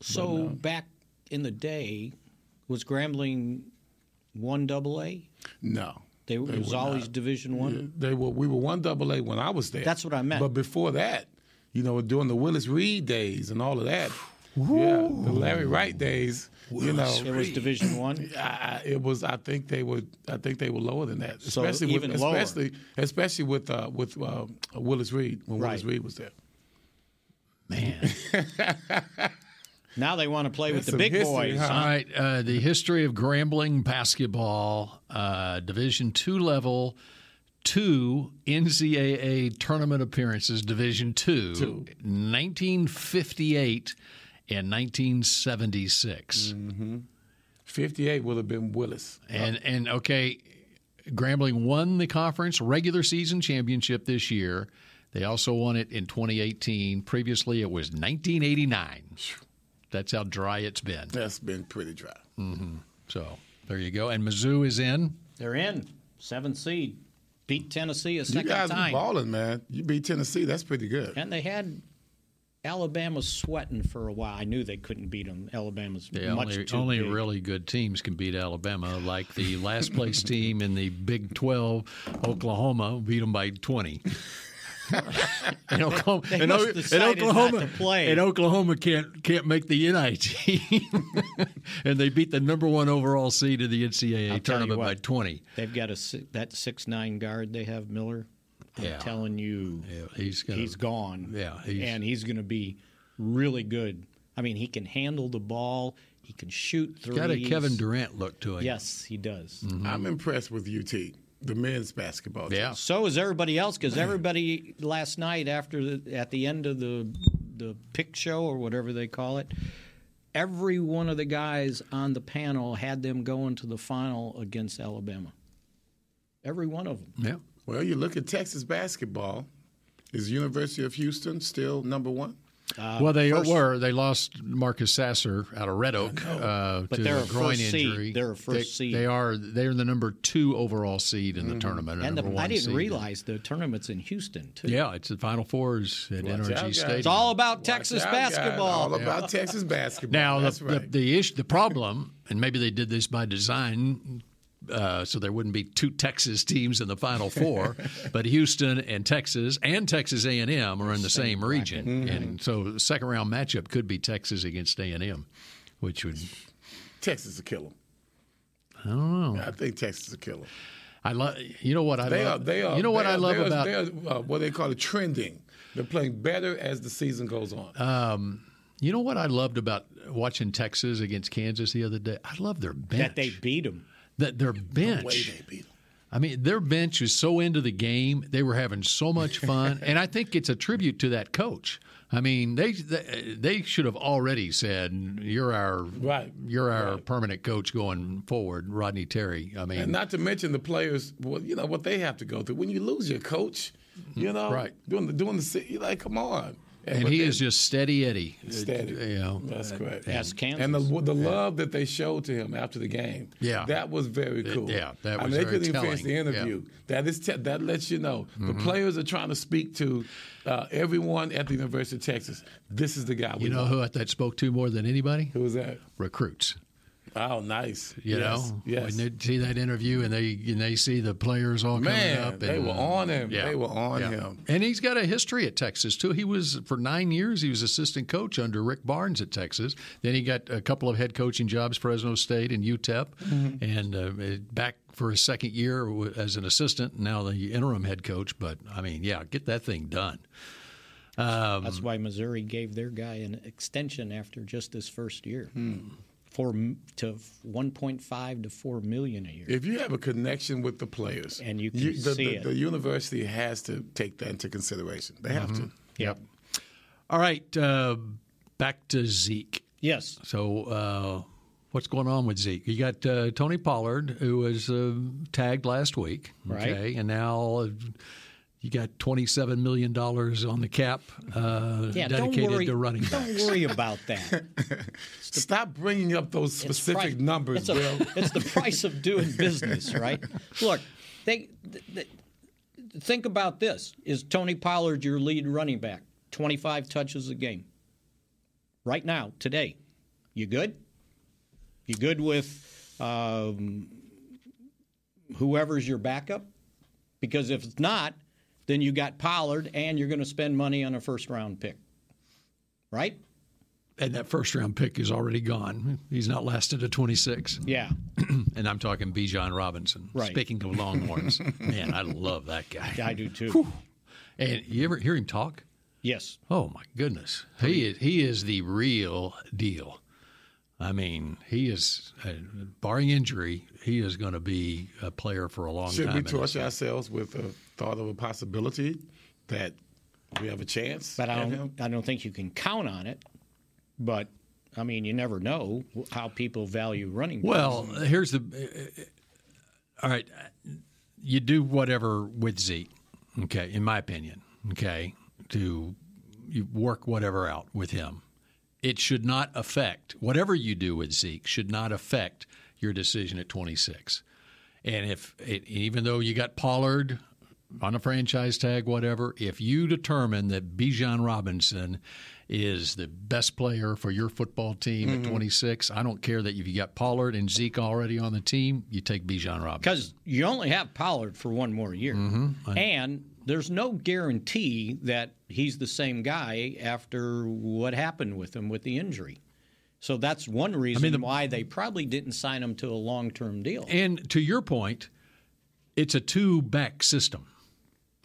S3: So back in the day, was Grambling one double A?
S2: No.
S3: They, it was
S2: were
S3: always
S2: not.
S3: Division One.
S2: They were we were one double A when I was there.
S3: That's what I meant.
S2: But before that, you know, during the Willis Reed days and all of that, yeah, the Larry Wright days, you know,
S3: It was Division One.
S2: I, I, it was. I think they were. I think they were lower than that.
S3: So
S2: Especially
S3: even
S2: with,
S3: lower.
S2: Especially, especially with uh, with uh, Willis Reed when Willis
S3: Right.
S2: Reed was there.
S3: Now they want to play with
S2: That's
S3: the big
S2: some history,
S3: boys.
S2: huh?
S1: All right, uh, the history of Grambling basketball, uh, Division two level, two NCAA tournament appearances, Division two, 1958 and 1976,
S2: Fifty eight would have been Willis.
S1: and and okay, Grambling won the conference regular season championship this year. They also won it in 2018. Previously, it was 1989. That's how dry it's been.
S2: That's been pretty dry.
S1: So there you go. And Mizzou is in.
S3: They're in seventh seed. Beat Tennessee a second
S2: you guys
S3: time,
S2: be balling, man. You beat Tennessee. That's pretty good.
S3: and they had. Alabama sweating for a while. I knew they couldn't beat them. Alabama's
S1: Yeah,
S3: much
S1: only,
S3: too
S1: only
S3: big.
S1: really good teams can beat Alabama, like the last place team in the Big 12, Oklahoma, beat them by 20. <laughs> and Oklahoma,
S3: They
S1: and
S3: must
S1: O- and
S3: decided not
S1: Oklahoma,
S3: to play.
S1: and Oklahoma can't can't make the NIT, <laughs> and they beat the number one overall seed of the NCAA
S3: I'll tell you
S1: tournament by
S3: what.
S1: 20.
S3: They've got a si- that six nine guard they have Miller. I'm
S1: Yeah.
S3: telling you,
S1: Yeah, he's gonna,
S3: he's gone.
S1: Yeah, he's-
S3: and he's going to be really good I mean, he can handle the ball. He can shoot
S1: He's
S3: threes.
S1: got a Kevin Durant look to him.
S3: Yes, he does.
S2: I'm impressed with UT, the men's basketball team.
S1: Yeah.
S3: So is everybody else because everybody last night after the, at the end of the the pick show or whatever they call it, every one of the guys on the panel had them going to the final against Alabama. Every one of them.
S1: Yeah.
S2: Well, you look at Texas basketball. Is University of Houston still number one?
S3: Uh,
S1: well, they
S2: first-
S1: were. They lost Marcus Sasser out of Red Oak uh,
S3: But
S1: to
S3: they're a
S1: a groin
S3: first seed.
S1: injury.
S3: They're a first
S1: they,
S3: seed. Mm-hmm.
S1: They are. They are the number two overall seed in the tournament.
S3: And the,
S1: number
S3: I
S1: one
S3: didn't
S1: seed.
S3: realize the tournament's in Houston too.
S1: Yeah, it's the Final Fours at
S3: Watch out,
S1: NRG
S3: guys.
S1: Stadium.
S3: It's all about Texas
S2: out, guys.
S3: basketball.
S2: All about Texas basketball.
S1: Now
S2: That's
S1: the,
S2: right.
S1: the the issue, the problem, and maybe they did this by design, uh, so there wouldn't be two Texas teams in the Final
S3: <laughs>
S1: Four. but Houston and Texas and Texas A and M are in the same, region,
S3: Mm-hmm.
S1: and so the second round matchup could be Texas against A and M, which would
S2: Texas will kill 'em.
S1: I don't know.
S2: I think Texas will kill 'em.
S1: I love you know what I
S2: They are.
S1: love.
S2: They are.
S1: you know what
S2: they
S1: I
S2: are-
S1: love
S2: they are-
S1: about
S2: they are, uh, what they call it trending. They're playing better as the season goes on.
S1: um, you know what I loved about watching Texas against Kansas the other day. I love their bench.
S3: That they beat them.
S1: that their bench. I mean, their bench was so into the game. They were having so
S3: <laughs>
S1: much fun, and I think it's a tribute to that coach. I mean, they they, they should have already said, "You're our
S2: Right.
S1: you're our permanent coach going forward, Rodney Terry." I mean,
S2: And not to mention the players, well, you know what they have to go through when you lose your coach. You know,
S1: Mm-hmm. Right.
S2: Doing the doing the se- you're like, come on.
S1: and
S2: but
S1: he
S2: then-
S1: is just steady Eddie.
S2: Steady.
S1: You know,
S2: That's correct.
S3: Ask Kansas.
S2: And the the love that they showed to him after the game.
S1: Yeah.
S2: That was very
S1: Th-
S2: cool.
S1: yeah, that
S2: I
S1: was
S2: mean, they
S1: very
S2: couldn't even finish the
S1: telling. Mm-hmm.
S2: interview. That is te- that lets you know the players are trying to speak to uh, everyone at the University of Texas. This is the guy. We
S1: you know
S2: want.
S1: who I that spoke to more than anybody?
S2: Who was that?
S1: Recruits.
S2: Oh, nice.
S1: You
S2: yes.
S1: know,
S2: Yes.
S1: when they see that interview and they and they see the players all
S2: Man,
S1: coming up,
S2: they
S1: and,
S2: were on him.
S1: Yeah.
S2: They were on
S1: Yeah.
S2: him.
S1: And he's got a history at Texas too. He was for nine years. He was assistant coach under Rick Barnes at Texas. Then he got a couple of head coaching jobs: Fresno State and UTEP,
S2: Mm-hmm.
S1: and uh, back for his second year w- as an assistant. Now the interim head coach. But I mean, yeah, get that thing done. Um,
S3: That's why Missouri gave their guy an extension after just this first year,
S1: Hmm.
S3: for m- to one point five to four million a year.
S2: If you have a connection with the players,
S3: And you can
S2: the,
S3: see
S2: the,
S3: it.
S2: the university has to take that into consideration. They have
S1: Mm-hmm.
S2: to.
S1: yep. All right, uh, back to Zeke.
S3: Yes.
S1: So, uh, what's going on with Zeke? You got uh, Tony Pollard, who was uh, tagged last week,
S3: Right.
S1: Okay, and now uh, you got twenty-seven million dollars on the cap uh,
S3: Yeah, don't
S1: dedicated
S3: worry-
S1: to running
S3: don't
S1: backs.
S3: worry about
S1: <laughs>
S3: that.
S2: Stop bringing up those specific
S3: price-
S2: numbers,
S3: It's, a-
S2: Bill.
S3: <laughs> it's the price of doing business, right? Look, they, th th- think about this: Is Tony Pollard your lead running back? Twenty-five touches a game. Right now, today, you good? You good with um, whoever's your backup? Because if it's not, then you got Pollard, and you're going to spend money on a first-round pick, right?
S1: And that first-round pick is already gone. He's not lasted to twenty-six.
S3: Yeah.
S1: <clears throat> and I'm talking Bijan Robinson.
S3: Right.
S1: Speaking of Longhorns, man, I love that guy.
S3: I do too.
S1: Whew. And you ever hear him talk?
S3: Yes.
S1: Oh my goodness, he is he is the real deal. I mean, he is uh, barring injury, he is going to be a player for a long
S2: Should
S1: time.
S2: we
S1: in this
S2: torture
S1: league.
S2: ourselves with the thought of a possibility that we have a chance?
S3: But I
S2: at
S3: don't,
S2: him?
S3: I don't think you can count on it. But I mean, you never know how people value running. backs.
S1: Well, here's the. uh, All right, you do whatever with Zeke. Okay, in my opinion. Okay, to you work whatever out with him. It should not affect whatever you do with Zeke should not affect your decision at 26. And if it, even though you got Pollard on a franchise tag, whatever, if you determine that Bijan Robinson is the best player for your football team at 26, I don't care that if you got Pollard and Zeke already on the team, you take Bijan Robinson.
S3: because you only have Pollard for one more year,
S1: Mm-hmm,
S3: and there's no guarantee that he's the same guy after what happened with him with the injury. So that's one reason why they probably didn't sign him to a long-term deal.
S1: And to your point, it's a two back system.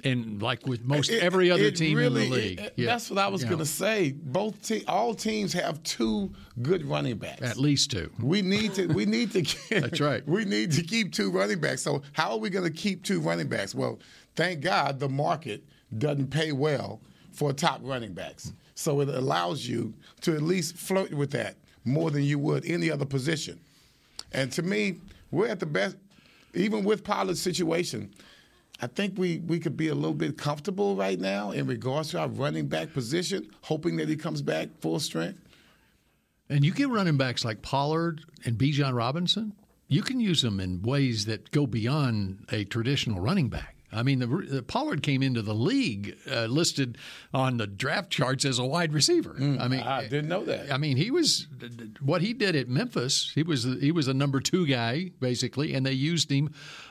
S1: And like with most
S2: It-
S1: every other
S2: it
S1: team
S2: really-
S1: in the league.
S2: it-
S1: Yeah.
S2: That's what I was
S1: Yeah.
S2: going to say. Both te- all teams have two good running backs.
S1: At least two.
S2: We need to. We need to. Get,
S1: <laughs> That's right.
S2: We need to keep two running backs. So how are we going to keep two running backs? Well, thank God the market doesn't pay well for top running backs. So it allows you to at least flirt with that more than you would any other position. And to me, we're at the best, even with Pollard's situation. I think we, we could be a little bit comfortable right now in regards to our running back position, hoping that he comes back full strength.
S1: And you get running backs like Pollard and Bijan Robinson. You can use them in ways that go beyond a traditional running back. I mean, the, the Pollard came into the league uh, listed on the draft charts as a wide receiver. I mean,
S2: Mm, I didn't know that.
S1: I mean, he was what he did at Memphis. He was he was a number two guy basically, and they used him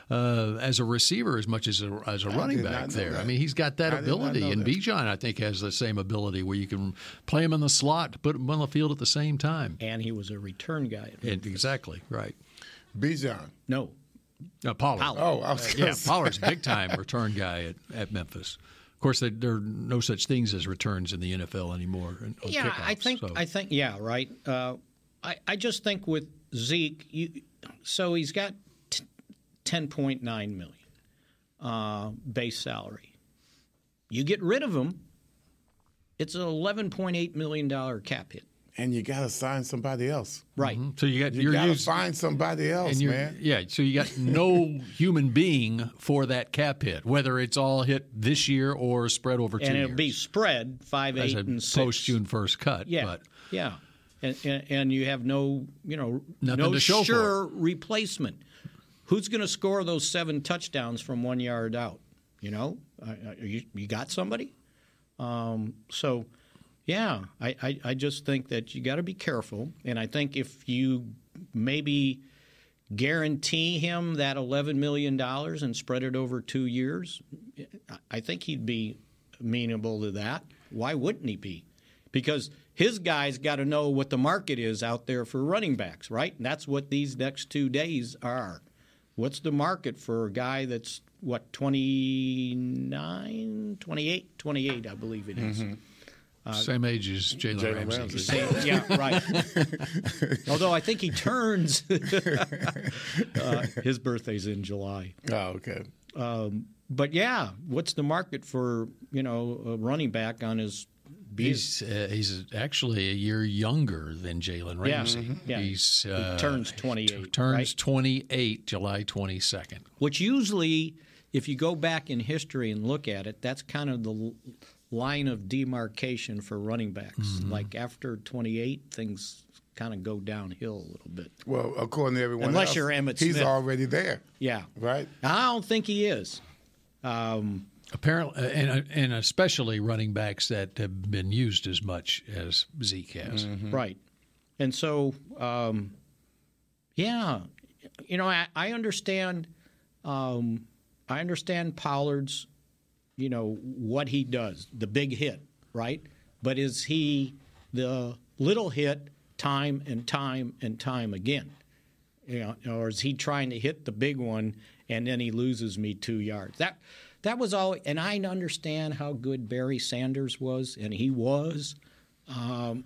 S1: uh, as a receiver as much as a, as a
S2: I
S1: running
S2: did not
S1: back
S2: know
S1: there. I
S2: that.
S1: mean, he's got that
S2: I did not
S1: ability,
S2: know
S1: and
S2: that.
S1: Bijan I think has the same ability where you can play him in the slot, put him on the field at the same time.
S3: And he was a return guy.
S1: And exactly right.
S2: Bijan.
S3: No.
S1: Uh, Pollard.
S3: Pollard. Oh, I was
S1: Uh,
S3: gonna
S1: yeah,
S3: say.
S2: <laughs>
S1: Pollard's a big time return guy at, at Memphis. Of course, they, there are no such things as returns in the NFL anymore. and- on
S3: yeah, I
S1: kickoffs,
S3: think
S1: so.
S3: I think yeah, right. Uh, I I just think with Zeke, you so he's got t- ten point nine million uh, base salary. You get rid of him, it's an eleven point eight million dollar cap hit.
S2: And you got to sign somebody else.
S3: Right.
S1: So you got
S2: You
S1: you're
S2: got to
S1: used-
S2: find somebody else,
S1: and you're-
S2: man.
S1: Yeah, so you got <laughs> no human being for that cap hit, whether it's all hit this year or spread over two
S3: and
S1: years.
S3: it'll be spread five,
S1: as
S3: eight,
S1: a
S3: and six.
S1: post June first cut.
S3: yeah,
S1: but
S3: yeah, and, and and you have no, you know,
S1: Nothing
S3: no
S1: to show for
S3: sure replacement. Who's going to score those seven touchdowns from one yard out? You know, Uh, uh, you, you got somebody. Um, so, yeah, I, I, I just think that you got to be careful, and I think if you maybe guarantee him that eleven million dollars and spread it over two years, I- I think he'd be amenable to that. Why wouldn't he be? Because his guys got to know what the market is out there for running backs, right? And that's what these next two days are. What's the market for a guy that's what 29, 28, 28, I believe it is. Uh,
S1: same age as Jalen Ramsey.
S3: Same- yeah, right. Although I think he turns. <laughs> uh, his birthday's in July.
S2: Oh, okay.
S3: Um, but yeah, what's the market for you know a running back on his?
S1: He's uh, he's actually a year younger than Jalen
S3: Yeah, Mm-hmm.
S1: Ramsey.
S3: yeah.
S1: He's
S3: He
S1: uh,
S3: turns 28,
S1: turns
S3: right?
S1: 28 July 22nd.
S3: Which usually, if you go back in history and look at it, that's kind of the l- line of demarcation for running backs.
S1: Mm-hmm.
S3: Like after 28, things kind of go downhill a little bit.
S2: Well, according to everyone
S3: Unless
S2: else,
S3: you're Emmett
S2: he's
S3: Smith.
S2: already there.
S3: Yeah.
S2: Right.
S3: I don't think he is. Um,
S1: Apparently, uh, and and especially running backs that have been used as much as Zeke has.
S3: Right. And so, um, yeah, you know, I, I understand. Um, I understand Pollard's, you know, what he does, the big hit, right? But is he the little hit time and time and time again? You know, or is he trying to hit the big one and then he loses me two yards? That that was all. And I understand how good Barry Sanders was, and he was. Um,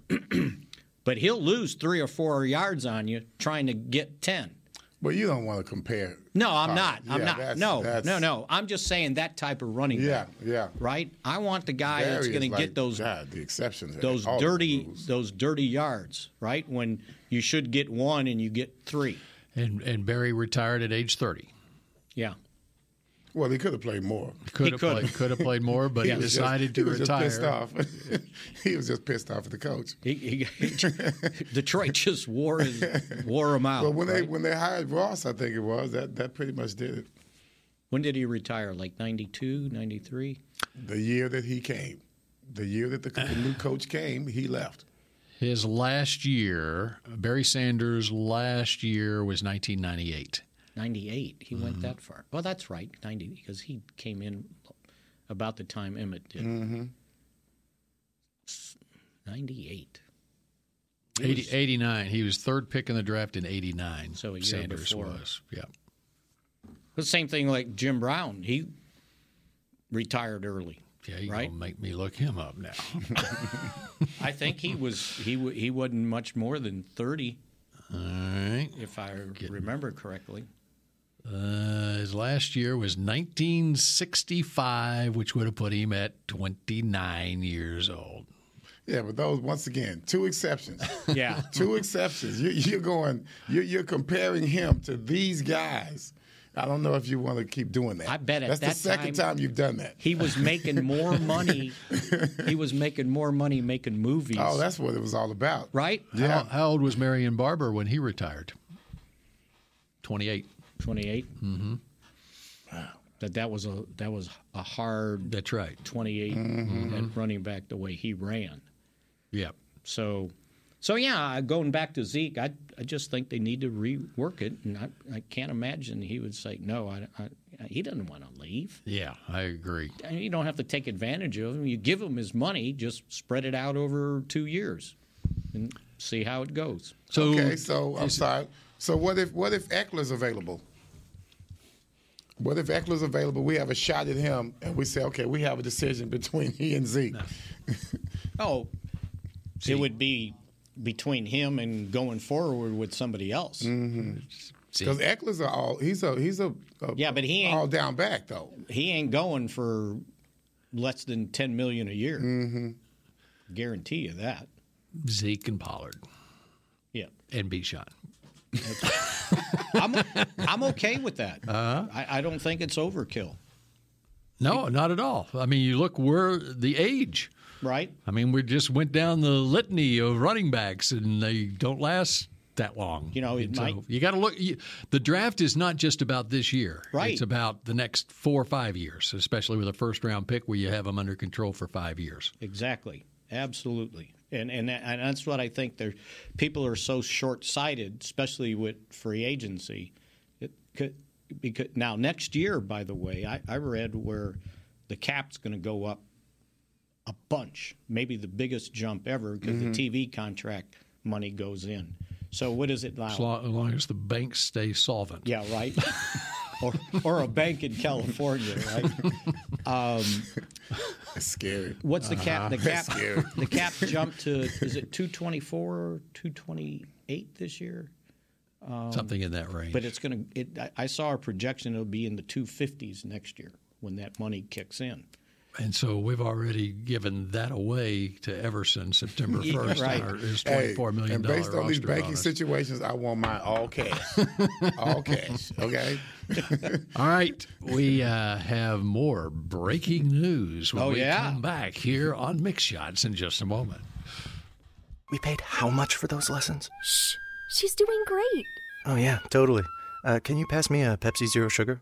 S3: but he'll lose three or four yards on you trying to get 10.
S2: But you don't want to compare.
S3: No, I'm
S2: Uh,
S3: not. I'm
S2: yeah,
S3: not.
S2: that's-
S3: no,
S2: that's-
S3: no, no. I'm just saying that type of running
S2: Yeah,
S3: back,
S2: yeah.
S3: right? I want the guy
S2: Barry
S3: that's
S2: is
S3: going to
S2: like,
S3: get those
S2: God, the exceptions. to
S3: those
S2: all the
S3: dirty
S2: rules.
S3: those dirty yards, right? When you should get one and you get three.
S1: And and Barry retired at age 30.
S3: Yeah.
S2: Well, he could have played more.
S1: Could have played, could have played more,
S2: <laughs>
S1: but he,
S2: was just-
S1: decided
S2: he
S1: to
S2: was
S1: retire.
S2: Just pissed off. <laughs> he was just pissed off at the coach.
S3: He, <laughs> he, <laughs> Detroit just wore his, wore him out.
S2: But when they
S3: right?
S2: when they hired Ross, I think it was that that pretty much did it.
S3: when did he retire? Like 92, 93?
S2: The year that he came, the year that the, co- the new coach came, he left.
S1: His last year, Barry Sanders' last year was 1998.
S3: 98. He went that far. Well, that's right, 90, because he came in about the time Emmett did.
S2: Mm-hmm.
S3: 98.
S1: 80, 89. He was third pick in the draft in 89.
S3: So a year
S1: Sanders
S3: before.
S1: was. Yeah.
S3: The same thing like Jim Brown. He retired early.
S1: Yeah, you right? make me look him up now. <laughs>
S3: I think he was he wa he wasn't much more than thirty.
S1: All right.
S3: If I remember correctly.
S1: Uh, his last year was 1965, which would have put him at 29 years old.
S2: Yeah, but those once again two
S3: <laughs>
S2: exceptions.
S3: <laughs> Yeah,
S2: two exceptions. You, you're going, you're, you're comparing him to these guys. I don't know if you want to keep doing that.
S3: I bet at
S2: that's
S3: that
S2: the second time,
S3: time-
S2: you've done that.
S3: He was making more money. he was making more money making movies.
S2: Oh, that's what it was all about,
S3: right?
S1: How, how old was Marion Barber when he retired? 28.
S3: 28. Mm-hmm. That that was a that was a hard.
S1: That's right.
S3: 28
S1: Mhm.
S3: at running back the way he ran.
S1: Yeah.
S3: So, so yeah, going back to Zeke, I I just think they need to rework it, and I, I can't imagine he would say no. I, I he doesn't want to leave.
S1: Yeah, I agree.
S3: I mean, you don't have to take advantage of him. You give him his money, just spread it out over two years, and see how it goes.
S2: okay, so I'm sorry. So what if what if Eckler's available? What if Eckler's available? We have a shot at him, and we say, okay, we have a decision between he and Zeke.
S3: Oh, it would be between him and going forward with somebody else.
S2: Because Eckler's a all he's a he's a, a
S3: Yeah, but he ain't
S2: all down back though.
S3: He ain't going for less than ten million a year. Mm-hmm. Guarantee you that.
S1: Zeke and Pollard
S3: Yeah,
S1: and B shot.
S3: I'm I'm okay with that. I, I don't think it's overkill,
S1: No, not at all. I mean, you look where the age.
S3: right?
S1: I mean, we just went down the litany of running backs, and they don't last that long. You
S3: know, it might-
S1: you got to look. You, the draft is not just about this year.
S3: Right.
S1: It's about the next four or five years, especially with a first round pick where you have them under control for five years.
S3: Exactly. Absolutely. And and that- and that's what I think. There, people are so short sighted, especially with free agency. It could, because now next year, by the way, I, I read where the cap's going to go up a bunch, maybe the biggest jump ever, because
S1: Mhm.
S3: the TV contract money goes in. So what is it now?
S1: As long, as long as the banks stay solvent.
S3: Yeah, right. <laughs> or or a bank in California, right? Um,
S2: That's scary.
S3: What's the cap? The
S2: Uh-huh.
S3: cap.
S2: That's scary.
S3: <laughs> The cap jumped to is it two twenty four or two twenty eight this year? Um,
S1: Something in that range.
S3: But it's going to. It, I- I saw a projection. It'll be in the two fifties next year when that money kicks in.
S1: And so we've already given that away to Everson September
S3: Yeah,
S1: 1st.
S3: right.
S1: Our, his
S2: Hey,
S1: $24 million
S2: and based on these
S1: roster
S2: banking
S1: bonus.
S2: situations, I want my
S1: <laughs>
S2: all cash, all cash. Okay.
S1: All right, <laughs> we uh, have more breaking news when
S2: Oh,
S1: we
S2: yeah?
S1: come back here on Mix Shots in just a moment.
S6: We paid how much for those lessons?
S7: Shh, she's doing great.
S6: Oh, yeah, totally. Uh, can you pass me a Pepsi Zero Sugar?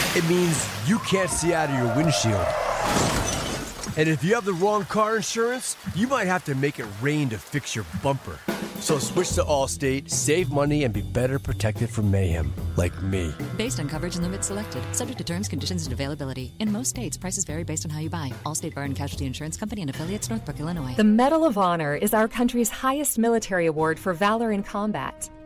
S8: It means you can't see out of your windshield. And if you have the wrong car insurance, you might have to make it rain to fix your bumper. So switch to Allstate, save money, and be better protected from mayhem like me.
S9: Based on coverage and limits selected, subject to terms, conditions, and availability. In most states, prices vary based on how you buy. Allstate Bar and Casualty Insurance Company and affiliates, Northbrook, Illinois.
S5: The Medal of Honor is our country's highest military award for valor in combat.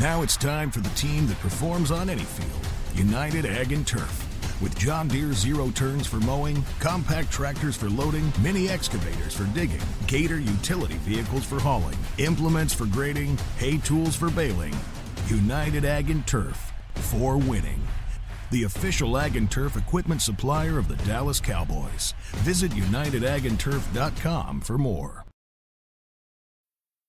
S12: Now it's time for the team that performs on any field United Ag and Turf. With John Deere zero turns for mowing, compact tractors for loading, mini excavators for digging, Gator utility vehicles for hauling, implements for grading, hay tools for baling. United Ag and Turf for winning. the official Ag and Turf equipment supplier of the Dallas Cowboys. Visit unitedagandturf.com for more.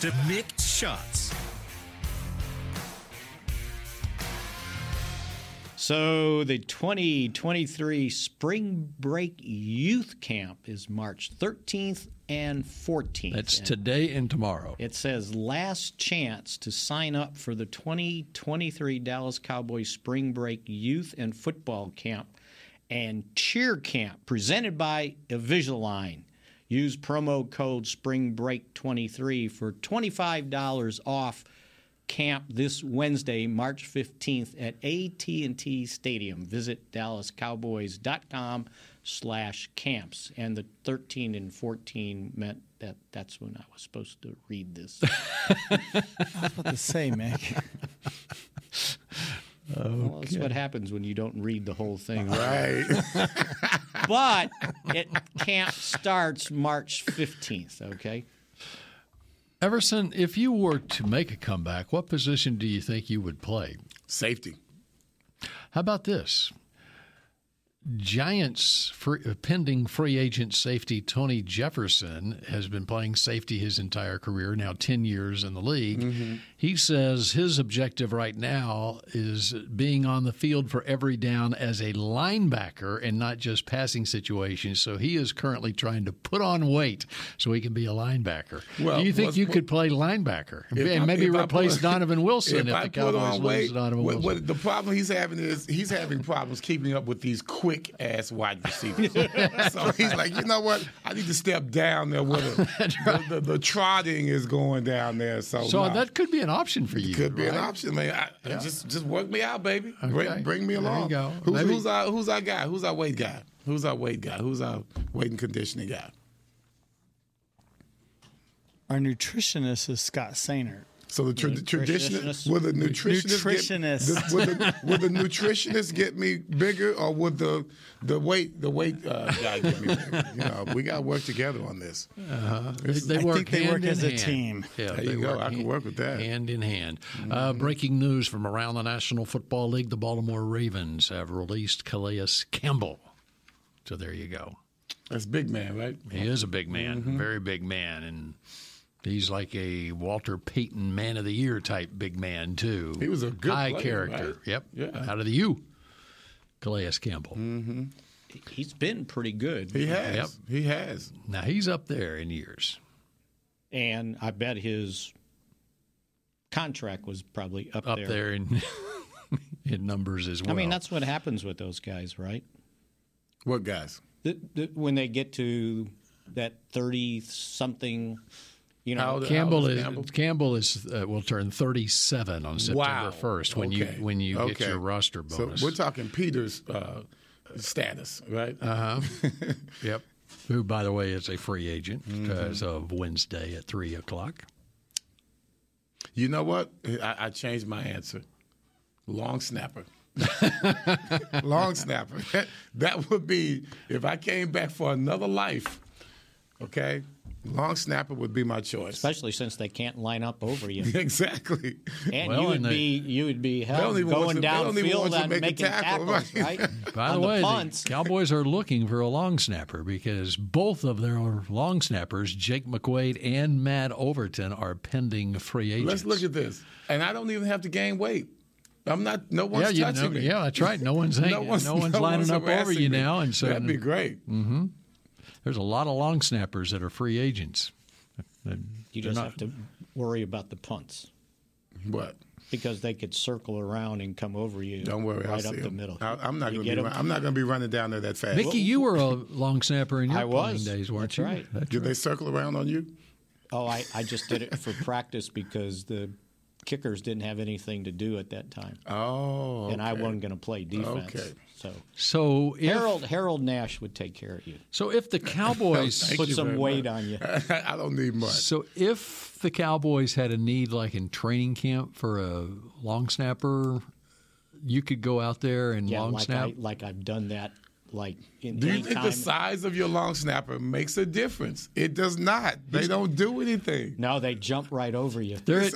S13: to mixed shots.
S3: So the 2023 Spring Break Youth Camp is March 13th and 14th.
S1: That's
S3: And
S1: today and tomorrow.
S3: It says last chance to sign up for the 2023 Dallas Cowboys Spring Break Youth and Football Camp and Cheer Camp presented by Invisalign. Use promo code SPRINGBREAK23 for $25 off camp this Wednesday, March 15th at AT&T Stadium. Visit dallascowboys.com slash camps. And the 13 and 14 meant that that's when I was supposed to
S1: <laughs>
S3: read this.
S4: I was about to
S6: <laughs>
S4: say, Mick.
S3: Well, that's what happens when you don't read the
S1: <laughs>
S3: whole thing.
S2: Right.
S3: but it camp starts March 15th, okay?
S1: Everson, if you were to make a comeback, what position do you think you would play?
S2: Safety.
S1: How about this? Giants free, uh, pending free agent safety Tony Jefferson has been playing safety his entire career, now 10 years in the league.
S2: Mm-hmm.
S1: He says his objective right now is being on the field for every down as a linebacker and not just passing situations. So he is currently trying to put on weight so he can be a linebacker.
S2: Well,
S1: Do you think
S2: what's-
S1: you could play linebacker
S2: If
S1: and
S2: I-
S1: maybe
S2: if I
S1: replace
S2: put-
S1: Donovan
S2: <laughs>
S1: Wilson if,
S2: I
S1: the
S2: put
S1: Cowboys
S2: on
S1: lose
S2: weight,
S1: Donovan
S2: what-
S1: Wilson?
S2: what the problem he's having is he's having problems keeping up with these quick ass wide
S1: <laughs>
S2: receivers. so he's like, you know what? I need to step down there
S1: <laughs>
S2: with him. the, the, the trotting is going down there. So,
S1: So
S2: nah.
S1: that could be an option for you.
S2: Oh, could be an
S1: right?
S2: option, man. I,
S1: Yeah.
S2: Just just work me out, baby.
S1: Okay.
S2: Bring, bring me
S1: There you
S2: along.
S1: go.
S2: Who's,
S1: Maybe-
S2: who's our who's our guy? Who's our weight guy? Who's our weight guy? Who's our weight and conditioning guy?
S4: Our nutritionist is Scott Sainer.
S2: So the, tra- the traditionist would the nutritionist
S4: nutritionist.
S2: Get, would, the, would the nutritionist get me bigger, or would the the weight the weight uh, guy get me bigger? You know, we got to work together on this.
S1: Uh-huh. They,
S2: This-
S1: they work hand in hand. Yeah,
S2: there
S1: they
S2: you go.
S1: work
S2: I can
S1: hand-
S2: work with that. Mm-hmm.
S1: Hand in hand. Uh, breaking news from around the National Football League: the Baltimore Ravens have released Calais Campbell. So there you go.
S2: That's big man, right?
S1: He is a big man,
S2: Mm-hmm.
S1: very big man, and he's like a Walter Payton Man of the Year type big man too.
S2: He was a good
S1: high
S2: player,
S1: character.
S2: right?
S1: Yep.
S2: Yeah. Mm.
S1: Out of the U. Calais Campbell.
S3: Mm-hmm. He's been pretty good.
S2: He has.
S1: Yep.
S2: He has.
S1: Now he's up there in years.
S3: And I bet his contract was probably up,
S1: Up
S3: there.
S1: there in <laughs> in numbers as well.
S3: I mean, that's what happens with those guys, right?
S2: What guys?
S3: The, the, when they get to that 30 something, you know,
S1: Campbell is Campbell, is uh, will turn 37 on September
S2: Wow.
S1: 1st when
S2: Okay.
S1: you when you
S2: Okay.
S1: get your roster
S2: So
S1: bonus.
S2: we're talking Peter's uh, status, right?
S1: uh huh. yep. Who, by the way, is a free agent
S2: Mm-hmm.
S1: as of Wednesday at three o'clock.
S2: You know what? I, I changed my answer.
S1: <laughs>
S2: Long snapper. Long snapper. <laughs> that would be if I came back for another life. Okay, long snapper would be my choice.
S3: especially since they can't line up over
S2: <laughs>
S3: you.
S2: exactly.
S3: And you would be you would be held
S2: don't even want
S3: going
S2: you- they don't even want
S3: downfield
S2: you
S3: and
S2: to make a
S3: making
S2: tackle,
S3: tackles, right?
S2: right? <laughs>
S1: By
S3: On
S1: the way,
S3: punts.
S1: the Cowboys are looking for a long snapper because both of their long snappers, Jake McQuaid and Matt Overton, are pending free agents.
S2: Let's look at this. And I don't even have to gain weight. I'm not. No one's
S1: Yeah, you
S2: touching
S1: know-
S2: me.
S1: yeah, that's right. No
S2: <laughs>
S1: one's hanging- no one's lining up over
S2: harassing
S1: you
S2: me.
S1: now, and so-
S2: that'd be great.
S1: hmm There's a lot of long snappers that are free agents.
S3: You
S1: They're
S3: just
S1: not-
S3: have to worry about the punts.
S2: What?
S3: Because they could circle around and come over you.
S2: Don't worry, I'll
S3: right
S2: see
S3: up the
S2: him.
S3: middle.
S2: I, am not
S3: You
S2: going
S3: get
S2: to be. Run,
S3: him?
S2: I'm not going to be running down there that fast.
S1: Mickey, you were a long snapper in your
S3: I
S1: playing
S3: was.
S1: days, weren't
S3: That's
S1: you?
S3: right.
S1: That's
S2: Did they circle around on you?
S3: Oh, I, I just did it for practice because the kickers didn't have anything to do at that time.
S2: Oh,
S3: and I
S1: okay.
S3: wasn't going to play defense.
S1: Okay.
S3: So
S1: So if,
S3: Harold Harold Nash would take care of you.
S1: So if the
S3: <laughs>
S1: Cowboys
S3: Put some weight on you.
S2: <laughs> I don't need much.
S1: So if the Cowboys had a need, like in training camp for a long snapper, you could go out there and
S3: Yeah,
S1: long
S3: like
S1: snap.
S3: I like I've done that. Like in
S2: Do you
S3: any
S2: think
S3: time.
S2: the size of your long snapper makes a difference? It does not. They don't do
S3: <laughs>
S2: anything.
S3: No, they jump right over you.
S1: <laughs> They're at,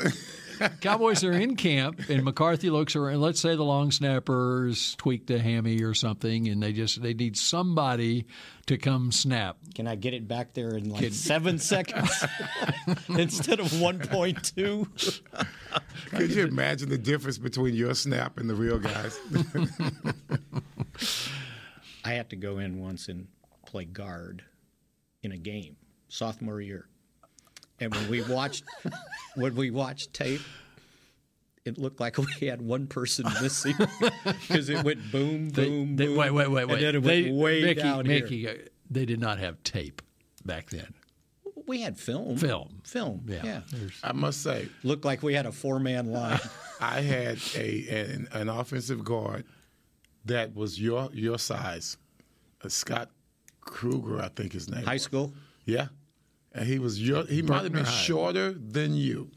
S1: Cowboys are in camp, and McCarthy looks around. Let's say the long snappers tweaked a hammy or something, and they just they need somebody to come snap.
S3: Can I get it back there in like seven seconds <laughs> instead of one point two?
S2: Could you imagine the difference between your snap and the real
S3: <laughs>
S2: guys?
S3: I had to go in once and play guard in a game, sophomore year. And when we
S1: <laughs>
S3: watched when we watched tape, it looked like we had one person missing <laughs> because it went boom,
S1: They-
S3: boom,
S1: they-
S3: boom.
S1: Wait, wait, wait, wait.
S3: And then it went
S1: They-
S3: way
S1: Mickey,
S3: down
S1: Mickey,
S3: here.
S1: uh, They did not have tape back then.
S3: We had film,
S1: Film.
S3: film.
S1: Yeah.
S3: Yeah,
S2: I must say,
S3: looked like we had a four man
S1: <laughs>
S3: line.
S2: I had a an, an offensive guard that was your your size, Uh, Scott Kruger, I think his name. High
S3: school.
S2: Yeah, and he was your. He might have been
S1: Berkner High.
S2: shorter than you.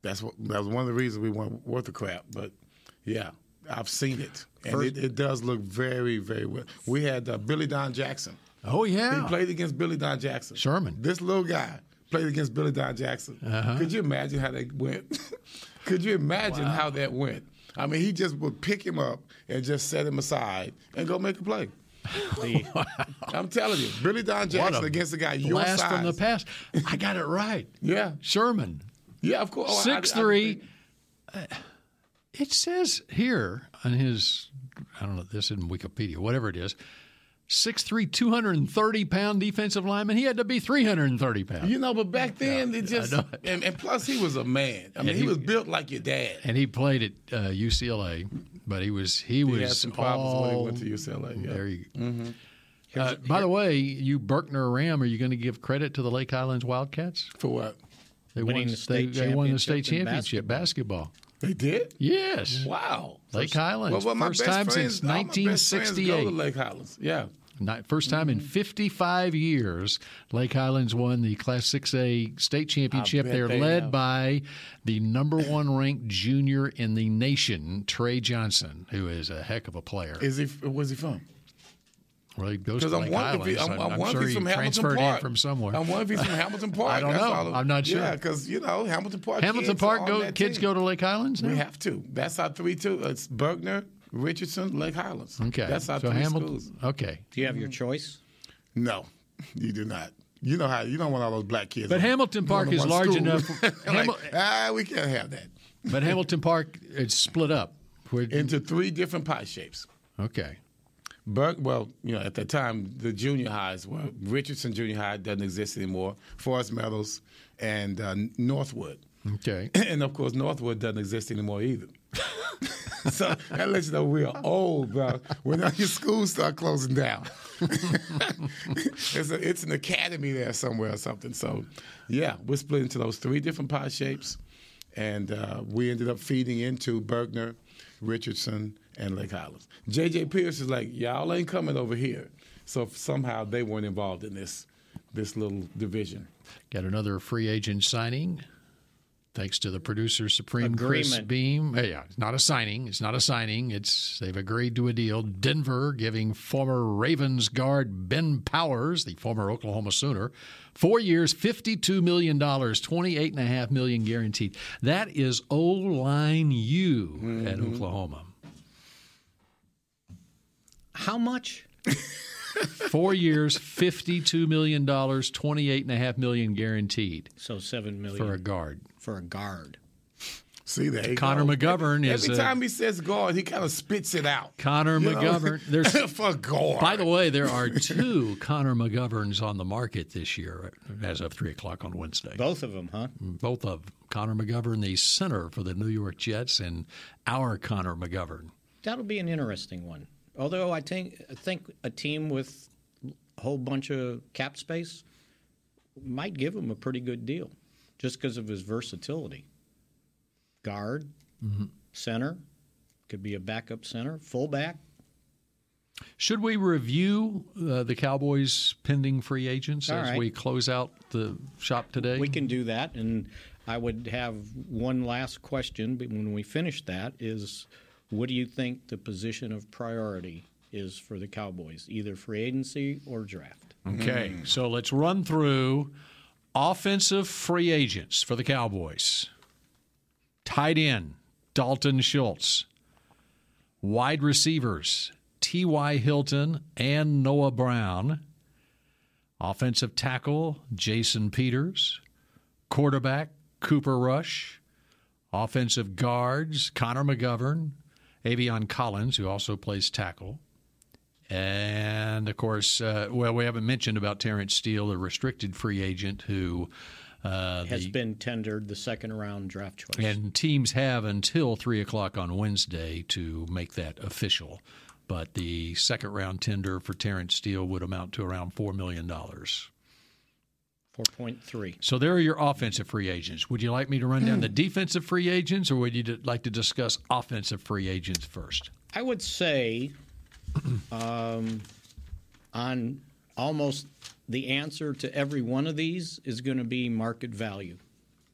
S2: That's what. That was one of the reasons we weren't worth the crap. But yeah, I've seen it, and
S1: First-
S2: it, it does look very very well. We had uh, Billy Don Jackson.
S1: Oh yeah.
S2: He played against Billy Don Jackson.
S1: Sherman.
S2: This little guy played against Billy Don Jackson.
S1: Uh-huh.
S2: Could you imagine how that went? <laughs> Could you imagine how that went? I mean, he just would pick him up and just set him aside and go make
S1: <laughs>
S2: a play. I'm telling you, Billy Don Jackson against a guy your
S1: blast
S2: size.
S1: from the past. I got it
S2: <laughs>
S1: right.
S2: yeah,
S1: Sherman,
S2: yeah, of course. Oh, I- I-
S1: six three. Uh, It says here on his, I don't know, this in Wikipedia, whatever it is, 6'3", 230 pound defensive lineman. He had to be three hundred and thirty pounds.
S2: You know, but back then it just
S1: know.
S2: and, and plus he was a man. I
S1: And
S2: mean, he,
S1: he-
S2: was built like your dad.
S1: and he played at uh, UCLA, but he was he,
S2: He
S1: was
S2: had some problems
S1: all,
S2: when he went to UCLA. Yeah.
S1: There you.
S2: Mhm.
S1: Uh, by the way, you Berkner Ram, are you going to give credit to the Lake Highlands Wildcats
S2: for what?
S1: They
S2: Winning
S1: won
S2: the state
S1: they, they won the state
S2: championship in
S1: championship basketball.
S2: They did.
S1: Yes.
S2: Wow.
S1: Lake Highlands.
S2: Well, well, my
S1: first
S2: best
S1: time
S2: friends,
S1: since
S2: all my best friends go to
S1: 1968.
S2: Lake Mm-hmm. Highlands. Yeah.
S1: Ni- First time in 55 years, Lake Highlands won the Class 6A state championship.
S2: bet
S1: They're
S2: they
S1: led
S2: have.
S1: by the number one ranked junior in the nation, Trey Johnson, who is a heck of a player.
S2: Is he? Where's he from?
S1: Well, he goes
S2: Because
S1: to
S2: I'm
S1: Lake
S2: wondering if, he,
S1: Highlands.
S2: I'm, I'm wondering
S1: sure
S2: if
S1: he
S2: he's from Hamilton
S1: transferred
S2: Park
S1: in from somewhere.
S2: I'm wondering if he's from Hamilton
S1: <laughs>
S2: Park.
S1: I don't
S2: That's
S1: know.
S2: all.
S1: I'm not sure.
S2: Yeah, because you know Hamilton Park.
S1: Hamilton
S2: kids
S1: Park
S2: are on
S1: go-
S2: that
S1: kids
S2: team.
S1: go to Lake Highlands now?
S2: We have to. That's our three two. It's Bergner, Richardson, Lake Highlands.
S1: Okay.
S2: That's our
S1: so
S2: three
S1: Hamilton.
S2: schools.
S1: Okay.
S3: Do you have your choice?
S2: No, you do not. You know how you don't want all those black kids.
S1: But
S2: on-
S1: Hamilton Park
S2: on the
S1: is
S2: one
S1: large
S2: school.
S1: enough-
S2: <laughs> like, ah, we can't have that.
S1: But Hamilton Park, it's split up.
S2: Into three different pie shapes.
S1: Okay.
S2: Berg, well, you know, at that time, the junior highs were Richardson Junior High doesn't exist anymore. Forest Meadows and uh, Northwood,
S1: Okay.
S2: <clears throat> and of course, Northwood doesn't exist anymore either. <laughs> so that lets you know we are old, bro. When all your <laughs> schools start closing down, <laughs> it's, a, it's an academy there somewhere or something. So, yeah, we're split into those three different pie shapes, and uh, we ended up feeding into Bergner, Richardson, and Lake Highlands. J.J. Pierce is like, y'all ain't coming over here. So f- somehow they weren't involved in this this little division.
S1: Got another free agent signing. Thanks to the producer supreme Chris
S3: Agreement.
S1: Beam. Hey, yeah, it's not a signing. It's not a signing. It's they've agreed to a deal. Denver giving former Ravens guard Ben Powers, the former Oklahoma Sooner, four years, fifty-two million dollars, twenty-eight and a half million guaranteed. That is O line U at
S2: Mm-hmm.
S1: Oklahoma.
S3: How much?
S1: Four years, fifty-two million dollars, twenty-eight and a half million guaranteed
S3: So seven million
S1: for a guard.
S3: for a guard.
S2: See there, you
S1: Connor
S2: go.
S1: McGovern
S2: every,
S1: is
S2: Every
S1: a-
S2: time he says guard, he kind of spits it out.
S1: Connor
S2: You know?
S1: McGovern. There's
S2: <laughs>
S3: <laughs>
S2: for guard.
S1: By the way, there are two Connor McGoverns on the market this year, as of three o'clock on Wednesday.
S3: Both of them, huh?
S1: Both of Connor McGovern, the center for the New York Jets, and our Connor McGovern.
S3: That'll be an interesting one. Although I think I think a team with a whole bunch of cap space might give him a pretty good deal, just because of his versatility. guard, center, could be a backup center, fullback.
S1: Should we review uh, the Cowboys' pending free agents
S3: All
S1: as
S3: right.
S1: we close out the shop today?
S3: We can do that, and I would have one last question. But when we finish that, is what do you think the position of priority is for the Cowboys, either free agency or draft?
S1: Okay, so let's run through offensive free agents for the Cowboys. Tight end, Dalton Schultz. Wide receivers, T.Y. Hilton and Noah Brown. Offensive tackle, Jason Peters. Quarterback, Cooper Rush. Offensive guards, Connor McGovern. Avion Collins, who also plays tackle. And of course, uh, well, we haven't mentioned about Terrence Steele, the restricted free agent who uh,
S3: Has
S1: the,
S3: been tendered the second round draft choice.
S1: and teams have until three o'clock on Wednesday to make that official. But the second round tender for Terrence Steele would amount to around four million dollars.
S3: 4.3.
S1: So there are your offensive free agents. Would you like me to run down the defensive free agents, or would you d- like to discuss offensive free agents first?
S3: I would say um, on almost the answer to every one of these is going to be market value.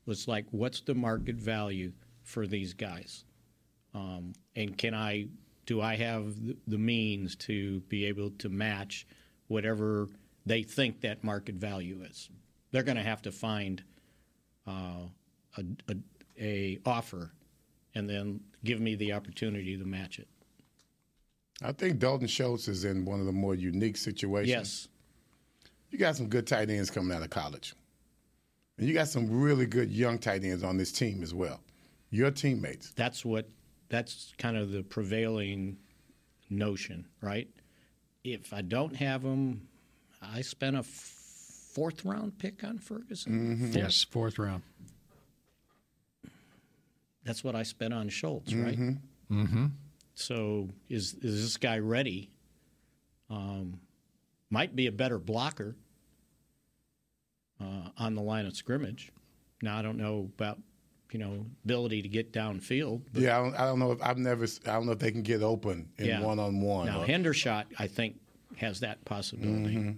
S3: It's like, what's the market value for these guys? Um, and can I, do I have th- the means to be able to match whatever they think that market value is? They're going to have to find uh, a, a, a offer and then give me the opportunity to match it.
S2: I think Dalton Schultz is in one of the more unique situations.
S3: Yes.
S2: You got some good tight ends coming out of college. And you got some really good young tight ends on this team as well. Your teammates.
S3: That's what that's kind of the prevailing notion, right? If I don't have them, I spent a f- fourth round pick on Ferguson. Fourth?
S1: Yes, fourth round.
S3: That's what I spent on Schultz, right?
S1: Mhm. Mm-hmm.
S3: So is is this guy ready? Um, might be a better blocker uh, on the line of scrimmage. Now I don't know about you know ability to get downfield. But
S2: Yeah, I don't, I don't know if I've never. s- I don't know if they can get open in one on one.
S3: Now Hendershot, I think, has that possibility.
S2: Mm-hmm.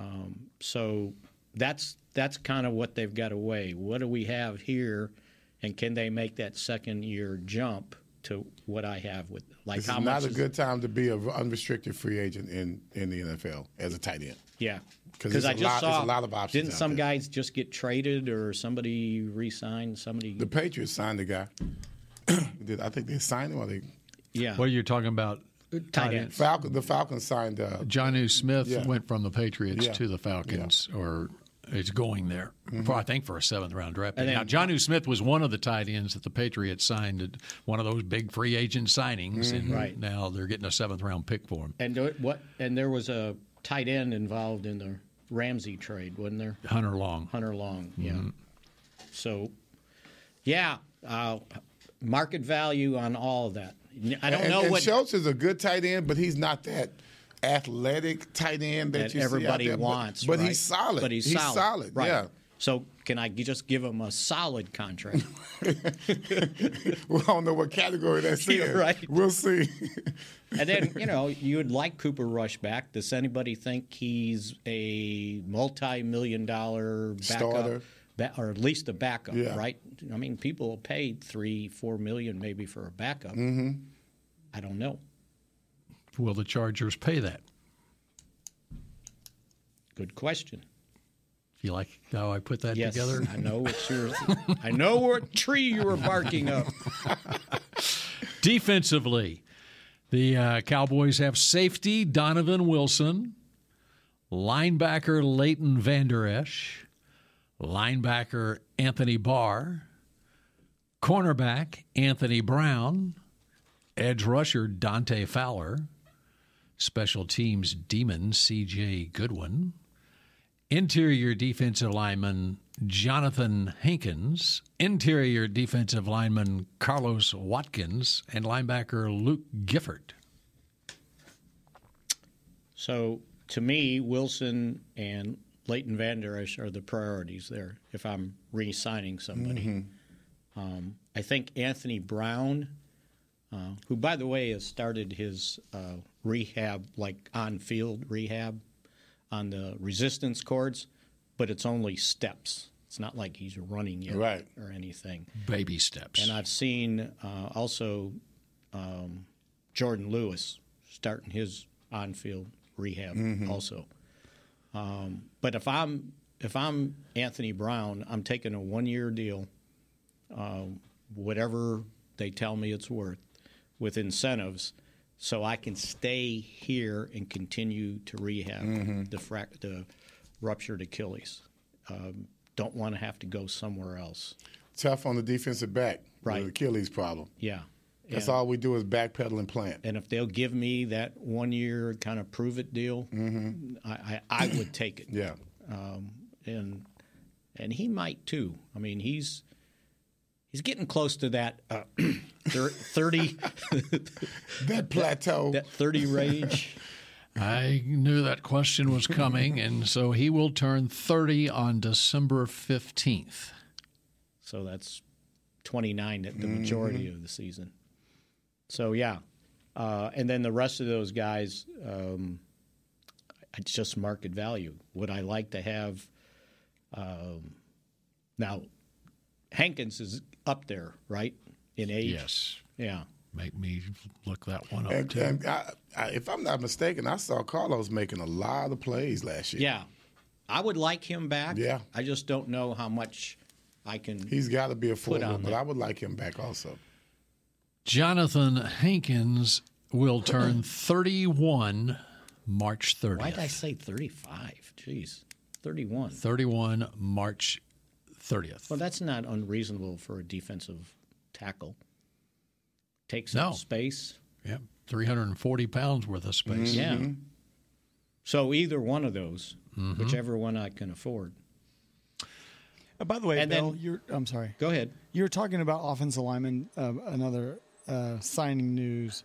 S3: Um, so that's that's kind of what they've got away. What do we have here, and can they make that second year jump to what I have with like
S2: This
S3: how
S2: is
S3: much?
S2: not a
S3: is-
S2: good time to be an unrestricted free agent in, in the NFL as a tight end.
S3: Yeah,
S2: 'Cause there's
S3: I
S2: a
S3: just
S2: lot- there's a
S3: saw
S2: lot of options
S3: Didn't
S2: out
S3: some
S2: there.
S3: guys just get traded or somebody re-signed? Somebody
S2: The Patriots signed the guy. <clears throat> Did I think they signed him or they?
S3: Yeah.
S1: What are you talking about? Tight end.
S2: Falcon, the Falcons signed. Uh,
S1: Johnu Smith
S2: Yeah.
S1: went from the Patriots
S2: Yeah. Mm-hmm.
S1: to the Falcons, or is going there. For, I think for a seventh round draft. pick.
S3: And
S1: now,
S3: then-
S1: Johnu Smith was one of the tight ends that the Patriots signed, at one of those big free agent signings,
S2: Mm-hmm.
S1: and
S3: Mhm. Right.
S1: now they're getting a seventh round pick for him.
S3: and do it- what? And there was a tight end involved in the Ramsey trade, wasn't there?
S1: Hunter Long.
S3: Hunter Long, yeah.
S2: Mm-hmm.
S3: So, yeah, uh, market value on all of that. I don't
S2: and,
S3: know
S2: and
S3: what
S2: Schultz is a good tight end, but he's not that athletic tight end that,
S3: that
S2: you see out
S3: everybody
S2: there, but-
S3: wants,
S2: But,
S3: right?
S2: he's solid.
S3: But he's, solid, right?
S2: Yeah. <laughs>
S3: So, can I just give him a solid contract?
S2: We don't know what category that's
S3: <laughs> You're
S2: in.
S3: right.
S2: We'll see. <laughs>
S3: And then, you know, you would like Cooper Rush back. Does anybody think he's a multi million dollar backup?
S2: Starter.
S3: Ba- or at least a backup,
S2: Yeah.
S3: right? I mean, people paid three, four million maybe for a backup.
S2: hmm
S3: I don't know.
S1: Will the Chargers pay that?
S3: Good question.
S1: You like how I put that
S3: yes,
S1: together?
S3: I know what
S1: <laughs>
S3: you're. I know what tree you were barking up.
S1: Defensively, the uh, Cowboys have safety Donovan Wilson, linebacker Leighton Vander Esch, linebacker Anthony Barr, cornerback Anthony Brown, edge rusher Dante Fowler, special teams demon CJ Goodwin, interior defensive lineman Jonathan Hankins, interior defensive lineman Carlos Watkins, and linebacker Luke Gifford.
S3: So to me, Wilson and Leighton
S1: Mm-hmm.
S3: Vander Esch are the priorities there if I'm re signing somebody. Um, I think Anthony Brown, uh, who by the way has started his uh, rehab, like on field rehab, on the resistance cords, but it's only steps. It's not like he's running yet
S1: Right.
S3: or anything.
S1: Baby steps.
S3: And I've seen uh, also um, Jordan Lewis starting his on-field rehab
S14: Mhm.
S3: also. Um, but if I'm if I'm Anthony Brown, I'm taking a one-year deal, um, whatever they tell me it's worth, with incentives, so I can stay here and continue to rehab
S2: Mhm.
S3: the frac- the ruptured Achilles. Um, don't want to have to go somewhere else.
S2: Tough on the defensive back. Right. Achilles problem.
S3: Yeah.
S2: That's
S3: And-
S2: all we do is backpedal and plant.
S3: And if they'll give me that one year kind of prove it deal, I, I, I would take it.
S2: Yeah.
S3: Um, and and he might too. I mean, he's he's getting close to that uh, <clears throat> thir- thirty
S2: that plateau,
S3: that thirty range.
S1: I knew that question was coming, and so he will turn 30 on December 15th.
S3: So that's 29 at the majority
S1: Mhm.
S3: of the season. So yeah, uh, and then the rest of those guys, um, it's just market value. Would I like to have? Um, now, Hankins is up there, right? In age.
S1: Yes.
S3: Yeah.
S1: Make me look that one up,
S2: And,
S1: too.
S2: and I, I, if I'm not mistaken, I saw Carlos making a lot of plays last year.
S3: Yeah. I would like him back.
S2: Yeah.
S3: I just don't know how much I can.
S2: He's got to be a
S3: Put
S2: forward,
S3: on
S2: but
S3: there.
S2: I would like him back
S3: <laughs>
S2: also.
S1: Jonathan Hankins will turn 31 March 30th.
S3: Why did I say 35? Jeez, 31.
S1: 31 March 30th.
S3: Well, that's not unreasonable for a defensive tackle. Takes up
S1: No.
S3: space.
S1: Yep. 340 pounds worth of space.
S4: Mm-hmm.
S3: Yeah. So either one of those,
S1: Mhm.
S3: whichever one I can afford.
S4: Uh, by the way,
S3: And then-
S4: Bill, you're. I'm sorry.
S3: Go ahead.
S4: You were talking about offensive lineman. Uh, another uh, signing news: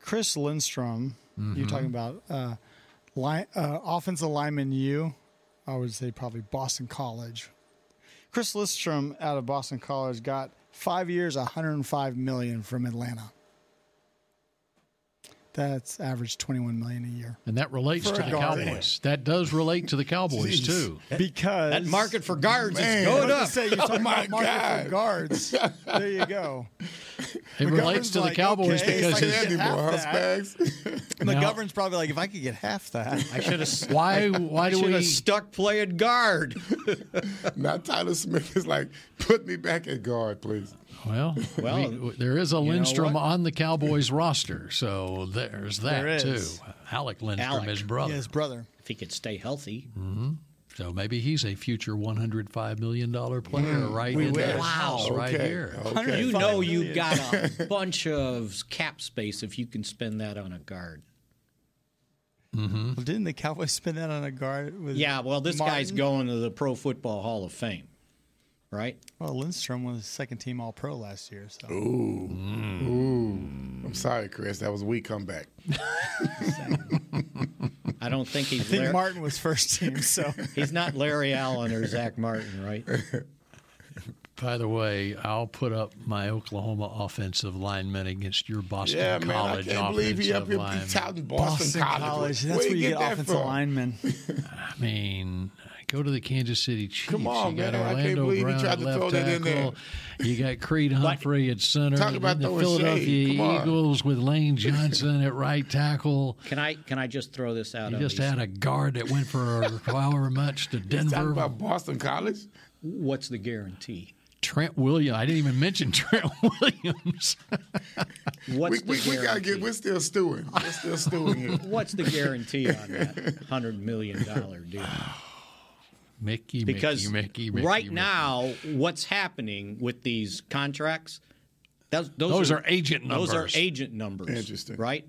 S4: Chris Lindstrom.
S3: Mm-hmm.
S4: You're
S1: Mhm.
S4: talking about uh, line, uh, offensive lineman. You, I would say probably Boston College. Chris Lindstrom out of Boston College got five years, 105 million from Atlanta. That's average 21 million a year.
S1: And that relates
S4: For
S1: to
S4: a
S1: the
S4: guard.
S1: Cowboys. That does relate to the Cowboys, too.
S4: Because
S3: that
S4: <laughs>
S3: market Oh for guards is
S4: I was
S3: going
S4: gonna
S3: up.
S4: Say, you're talking about market
S3: <laughs>
S4: for guards. There you go.
S1: It
S4: McGovern's
S1: relates to the
S4: like,
S1: Cowboys
S4: okay,
S1: because
S4: if I
S1: his-
S4: could get half that- McGovern's probably like, if I could get half that,
S3: I should have.
S1: <laughs> Why? Why
S3: do we stuck playing guard? <laughs>
S2: now Tyler Smith is like, put me back at guard, please.
S1: Well,
S2: Well,
S1: we- there is a
S2: you know
S1: Lindstrom
S2: what?
S1: on the Cowboys roster, so there's that
S4: There is.
S1: too. Alec Lindstrom,
S4: Alec.
S1: his brother.
S4: <laughs> Yeah, his brother.
S3: If he could stay healthy.
S1: hmm So maybe he's a future 105 million dollar player
S3: Mm,
S1: right
S3: we
S1: in
S3: wish.
S1: this house
S3: Wow.
S1: right
S3: Okay,
S1: here.
S3: okay. You know you've got
S4: <laughs>
S3: a bunch of cap space if you can spend that on a guard.
S1: Mm-hmm.
S4: Well, didn't the Cowboys spend that on a guard? With
S3: Yeah, well, this guy's
S4: Martin?
S3: going to the Pro Football Hall of Fame, right?
S4: Well, Lindstrom was second team All Pro last year. So
S2: Ooh. Ooh. I'm sorry, Chris. That was a weak comeback.
S3: I don't think
S4: <laughs> I
S3: he's
S4: think
S3: Larry.
S4: Martin was first team.
S3: <laughs>
S4: So
S3: he's not Larry Allen or Zach Martin,
S4: <laughs>
S3: right?
S1: By the way, I'll put up my Oklahoma offensive lineman against your Boston
S2: yeah, man. I
S1: College
S2: can't believe he up
S1: offensive
S2: here
S1: lineman.
S2: touting Boston, College.
S4: That's where
S2: you
S4: you get,
S2: that
S4: offensive
S2: from? <laughs>
S4: linemen.
S1: I mean, go to the Kansas City Chiefs.
S2: Come on,
S1: you got
S2: man. I can't
S1: Orlando
S2: believe he
S1: Brown at
S2: tried to
S1: left
S2: throw that in
S1: tackle. You got
S2: <laughs>
S1: Creed Humphrey at center.
S2: Talk
S1: And
S2: about
S1: then the
S2: throwing shade.
S1: Philadelphia
S2: Come on.
S1: Eagles with Lane
S2: <laughs>
S1: Johnson at right tackle.
S3: Can I can I just throw this out?
S1: You
S3: on
S1: just
S3: these-
S1: had a guard that went
S2: <laughs>
S1: for however much to Denver.
S2: Boston College.
S3: What's the guarantee?
S1: Trent Williams. I didn't even mention <laughs> Trent Williams.
S3: What's
S2: we,
S3: the
S2: we, we gotta
S3: guarantee?
S2: get. We're still stewing. We're still stewing here.
S3: What's the guarantee on
S2: <laughs>
S3: that hundred million dollar deal?
S1: Ah, Mickey,
S3: Because
S1: Mickey, Mickey, Mickey,
S3: right
S1: Mickey.
S3: now, what's happening with these contracts? Those, those,
S1: Those are agent
S3: Those
S1: numbers.
S3: are agent numbers.
S2: Interesting.
S3: right?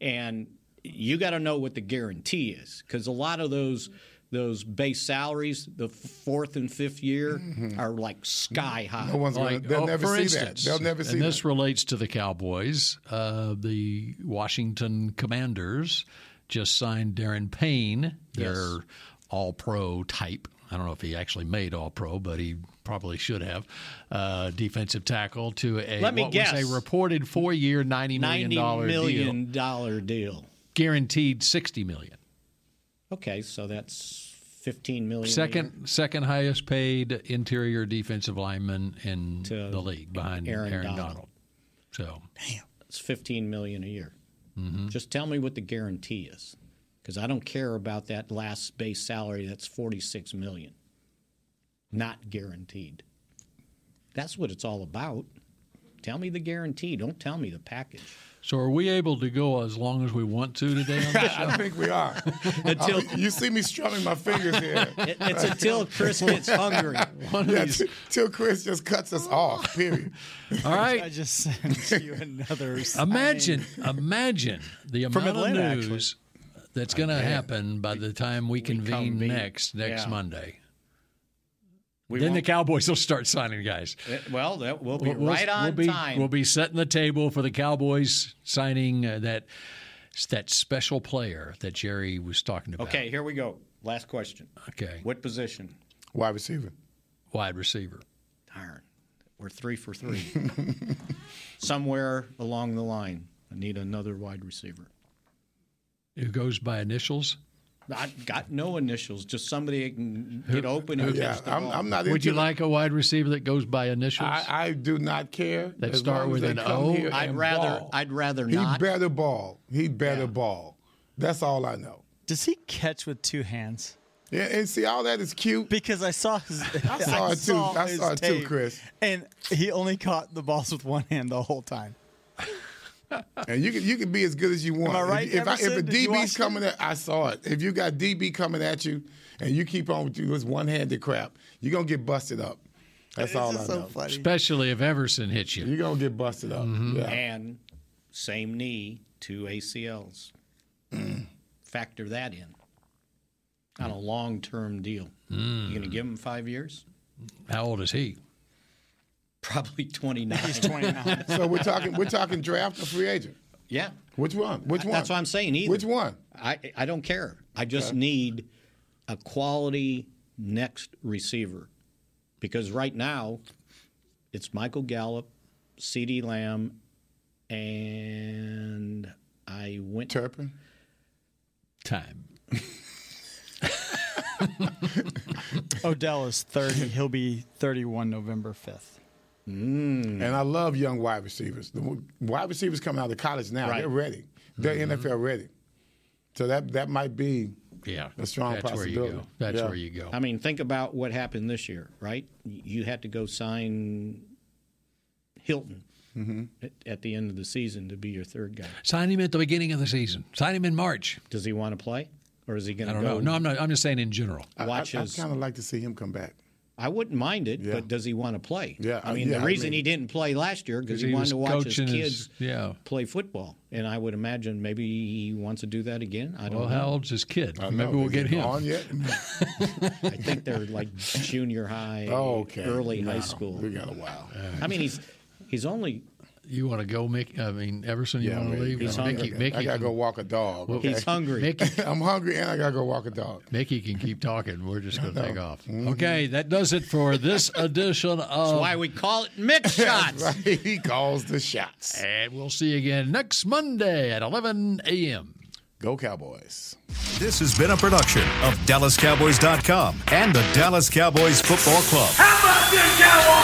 S3: And you got to know what the guarantee is because a lot of those those base salaries, the fourth and fifth year, are like sky high.
S2: Mm-hmm. No <laughs> one's gonna.
S1: Like,
S2: they'll
S1: oh,
S2: never
S1: for
S2: see
S1: instance,
S2: that. They'll never see
S1: and this
S2: that.
S1: relates to the Cowboys. Uh, the Washington Commanders just signed Darren Payne, their all pro type. I don't know if he actually made All Pro, but he probably should have. Uh, defensive tackle to a
S3: Let me
S1: what
S3: guess.
S1: was a reported four year ninety million dollar deal,
S3: million dollar deal.
S1: guaranteed sixty million.
S3: Okay, so that's fifteen million. a year.
S1: Second, second highest paid interior defensive lineman in
S3: To
S1: the league behind
S3: Aaron
S1: Aaron,
S3: Donald.
S1: Donald. So
S3: it's fifteen million a year.
S1: Mm-hmm.
S3: Just tell me what the guarantee is, because I don't care about that last base salary. That's forty-six million, not guaranteed. That's what it's all about. Tell me the guarantee. Don't tell me the package.
S1: So are we able to go as long as we want to today on
S3: <laughs>
S1: the show?
S2: I think we <laughs> are.
S1: Until-
S2: I- you see me strumming my fingers <laughs> here.
S1: It- it's until Chris gets hungry. One of
S2: Yeah,
S1: these-
S2: t- till Chris just cuts us off. Period.
S1: All right. I
S4: just sent you another.
S3: Um,
S1: Imagine, imagine
S3: <laughs>
S1: the
S4: From
S1: amount
S4: Atlanta,
S1: of
S4: actually.
S1: news that's going to happen by the time we convene next next
S3: Yeah.
S1: Monday.
S3: We
S1: then the
S3: won't-
S1: Cowboys will start signing guys.
S3: It- well, that will be
S1: We'll- we'll-
S3: right on
S1: we'll be,
S3: time.
S1: We'll be setting the table for the Cowboys signing uh, that that special player that Jerry was talking about.
S3: okay, here we go. Last question.
S1: Okay.
S3: What position?
S2: Wide receiver.
S1: Wide receiver.
S3: Darn. We're three for three. <laughs> Somewhere along the line, I need another wide receiver.
S1: Who goes by initials?
S3: I got no initials, just somebody that can get open and
S2: Yeah,
S3: catch the
S2: I'm-
S3: ball.
S2: I'm not
S1: Would you
S2: into-
S1: like a wide receiver that goes by initials?
S2: I, I do not care.
S1: That
S2: as
S1: start
S2: long as
S1: with
S2: they
S1: an
S2: come
S1: O?
S2: here
S3: I'd
S2: and
S3: rather
S2: ball.
S3: I'd rather
S2: He
S3: not.
S2: better ball. He better ball. That's all I know.
S4: Does he catch with two hands?
S2: Yeah, and see, all that is cute.
S4: Because I saw his. I
S2: saw it too. <laughs> I
S4: his
S2: saw it too,
S4: tape,
S2: Chris.
S4: And he only caught the balls with one hand the whole time.
S2: And you can you can be as good as you want.
S4: Am I right,
S2: If, if, I, if
S4: Emerson?
S2: a
S4: Did you watch
S2: DB's coming at, I saw it. If you got DB coming at you, and you keep on with this one-handed crap, you're gonna get busted up. That's all I know.
S3: <laughs>
S1: Especially if Everson hits you.
S2: You're gonna get busted up.
S3: Mm-hmm.
S2: Yeah.
S3: And same knee, two ACLs.
S2: Mm.
S3: Factor that in on a long term deal. You
S2: Mm.
S3: gonna give him five years?
S1: How old is he?
S3: Probably twenty nine. He's
S4: twenty nine.
S2: So we're talking we're talking draft or free agent.
S3: <laughs> yeah.
S2: Which one? Which one?
S3: That's what I'm saying. Either.
S2: Which one?
S3: I, I don't care. I just
S2: Okay.
S3: need a quality next receiver because right now it's Michael Gallup, C.D. Lamb, and I went
S2: Turpin.
S1: Time.
S4: Odell is 30. He'll be 31 November 5th.
S1: Mm.
S2: And I love young wide receivers. The w- wide receivers coming out of college now,
S4: Right.
S2: they're ready. They're
S1: Mm-hmm.
S2: NFL ready. So that that might be
S1: Yeah.
S2: a strong
S1: That's where you
S2: possibility.
S1: go. That's
S2: Yeah.
S1: where you go.
S3: I mean, think about what happened this year, right? You had to go sign Hilton at, at the end of the season to be your third guy.
S1: Sign him at the beginning of the season. Sign him in March.
S3: Does he want to play, or is he going
S1: I
S3: to go?
S1: don't know. No, I'm not. I'm just saying in general.
S2: I- I-
S3: watch
S2: I,
S3: his-
S2: kind of like to see him come back.
S3: I wouldn't mind it,
S2: Yeah.
S3: but does he want to play?
S2: Yeah,
S3: I
S2: I-
S3: mean,
S2: yeah,
S3: the
S2: I
S3: reason
S2: mean-
S3: he didn't play last year because he,
S1: He
S3: wanted
S1: was
S3: to watch his
S1: coaching
S3: kids
S1: his- yeah.
S3: play football, and I would imagine maybe he wants to do that again. I don't
S1: Well,
S3: know.
S1: how old's his kid?
S2: I don't
S1: Uh, Maybe
S2: know.
S1: we'll
S2: Is
S1: get
S2: he
S1: him. <laughs>
S2: on yet.
S3: I think
S2: <laughs>
S3: they're like junior high,
S2: Oh, okay.
S3: early high
S2: Wow.
S3: school.
S2: We got a while.
S1: Uh,
S3: I mean, he's he's only
S1: You want to go, Mick? I mean, Everson, you
S2: Yeah,
S1: want to
S2: we-
S1: leave?
S2: he's
S1: Mickey,
S2: hungry.
S1: Mickey,
S2: I gotta
S1: can-
S2: go walk a dog. okay?
S3: he's hungry.
S1: Mickey,
S2: <laughs> I'm hungry and I gotta go walk a dog.
S1: Mickey can keep talking. We're just going to take off.
S2: Mm-hmm.
S1: Okay, that does it for
S2: <laughs>
S1: this edition
S3: That's
S1: of.
S3: why we call it mix shots.
S2: Right? He calls the shots.
S1: and we'll see you again next Monday at 11 a.m.
S2: Go Cowboys.
S15: This has been a production of DallasCowboys.com and the Dallas Cowboys Football Club.
S14: How about this, Cowboys?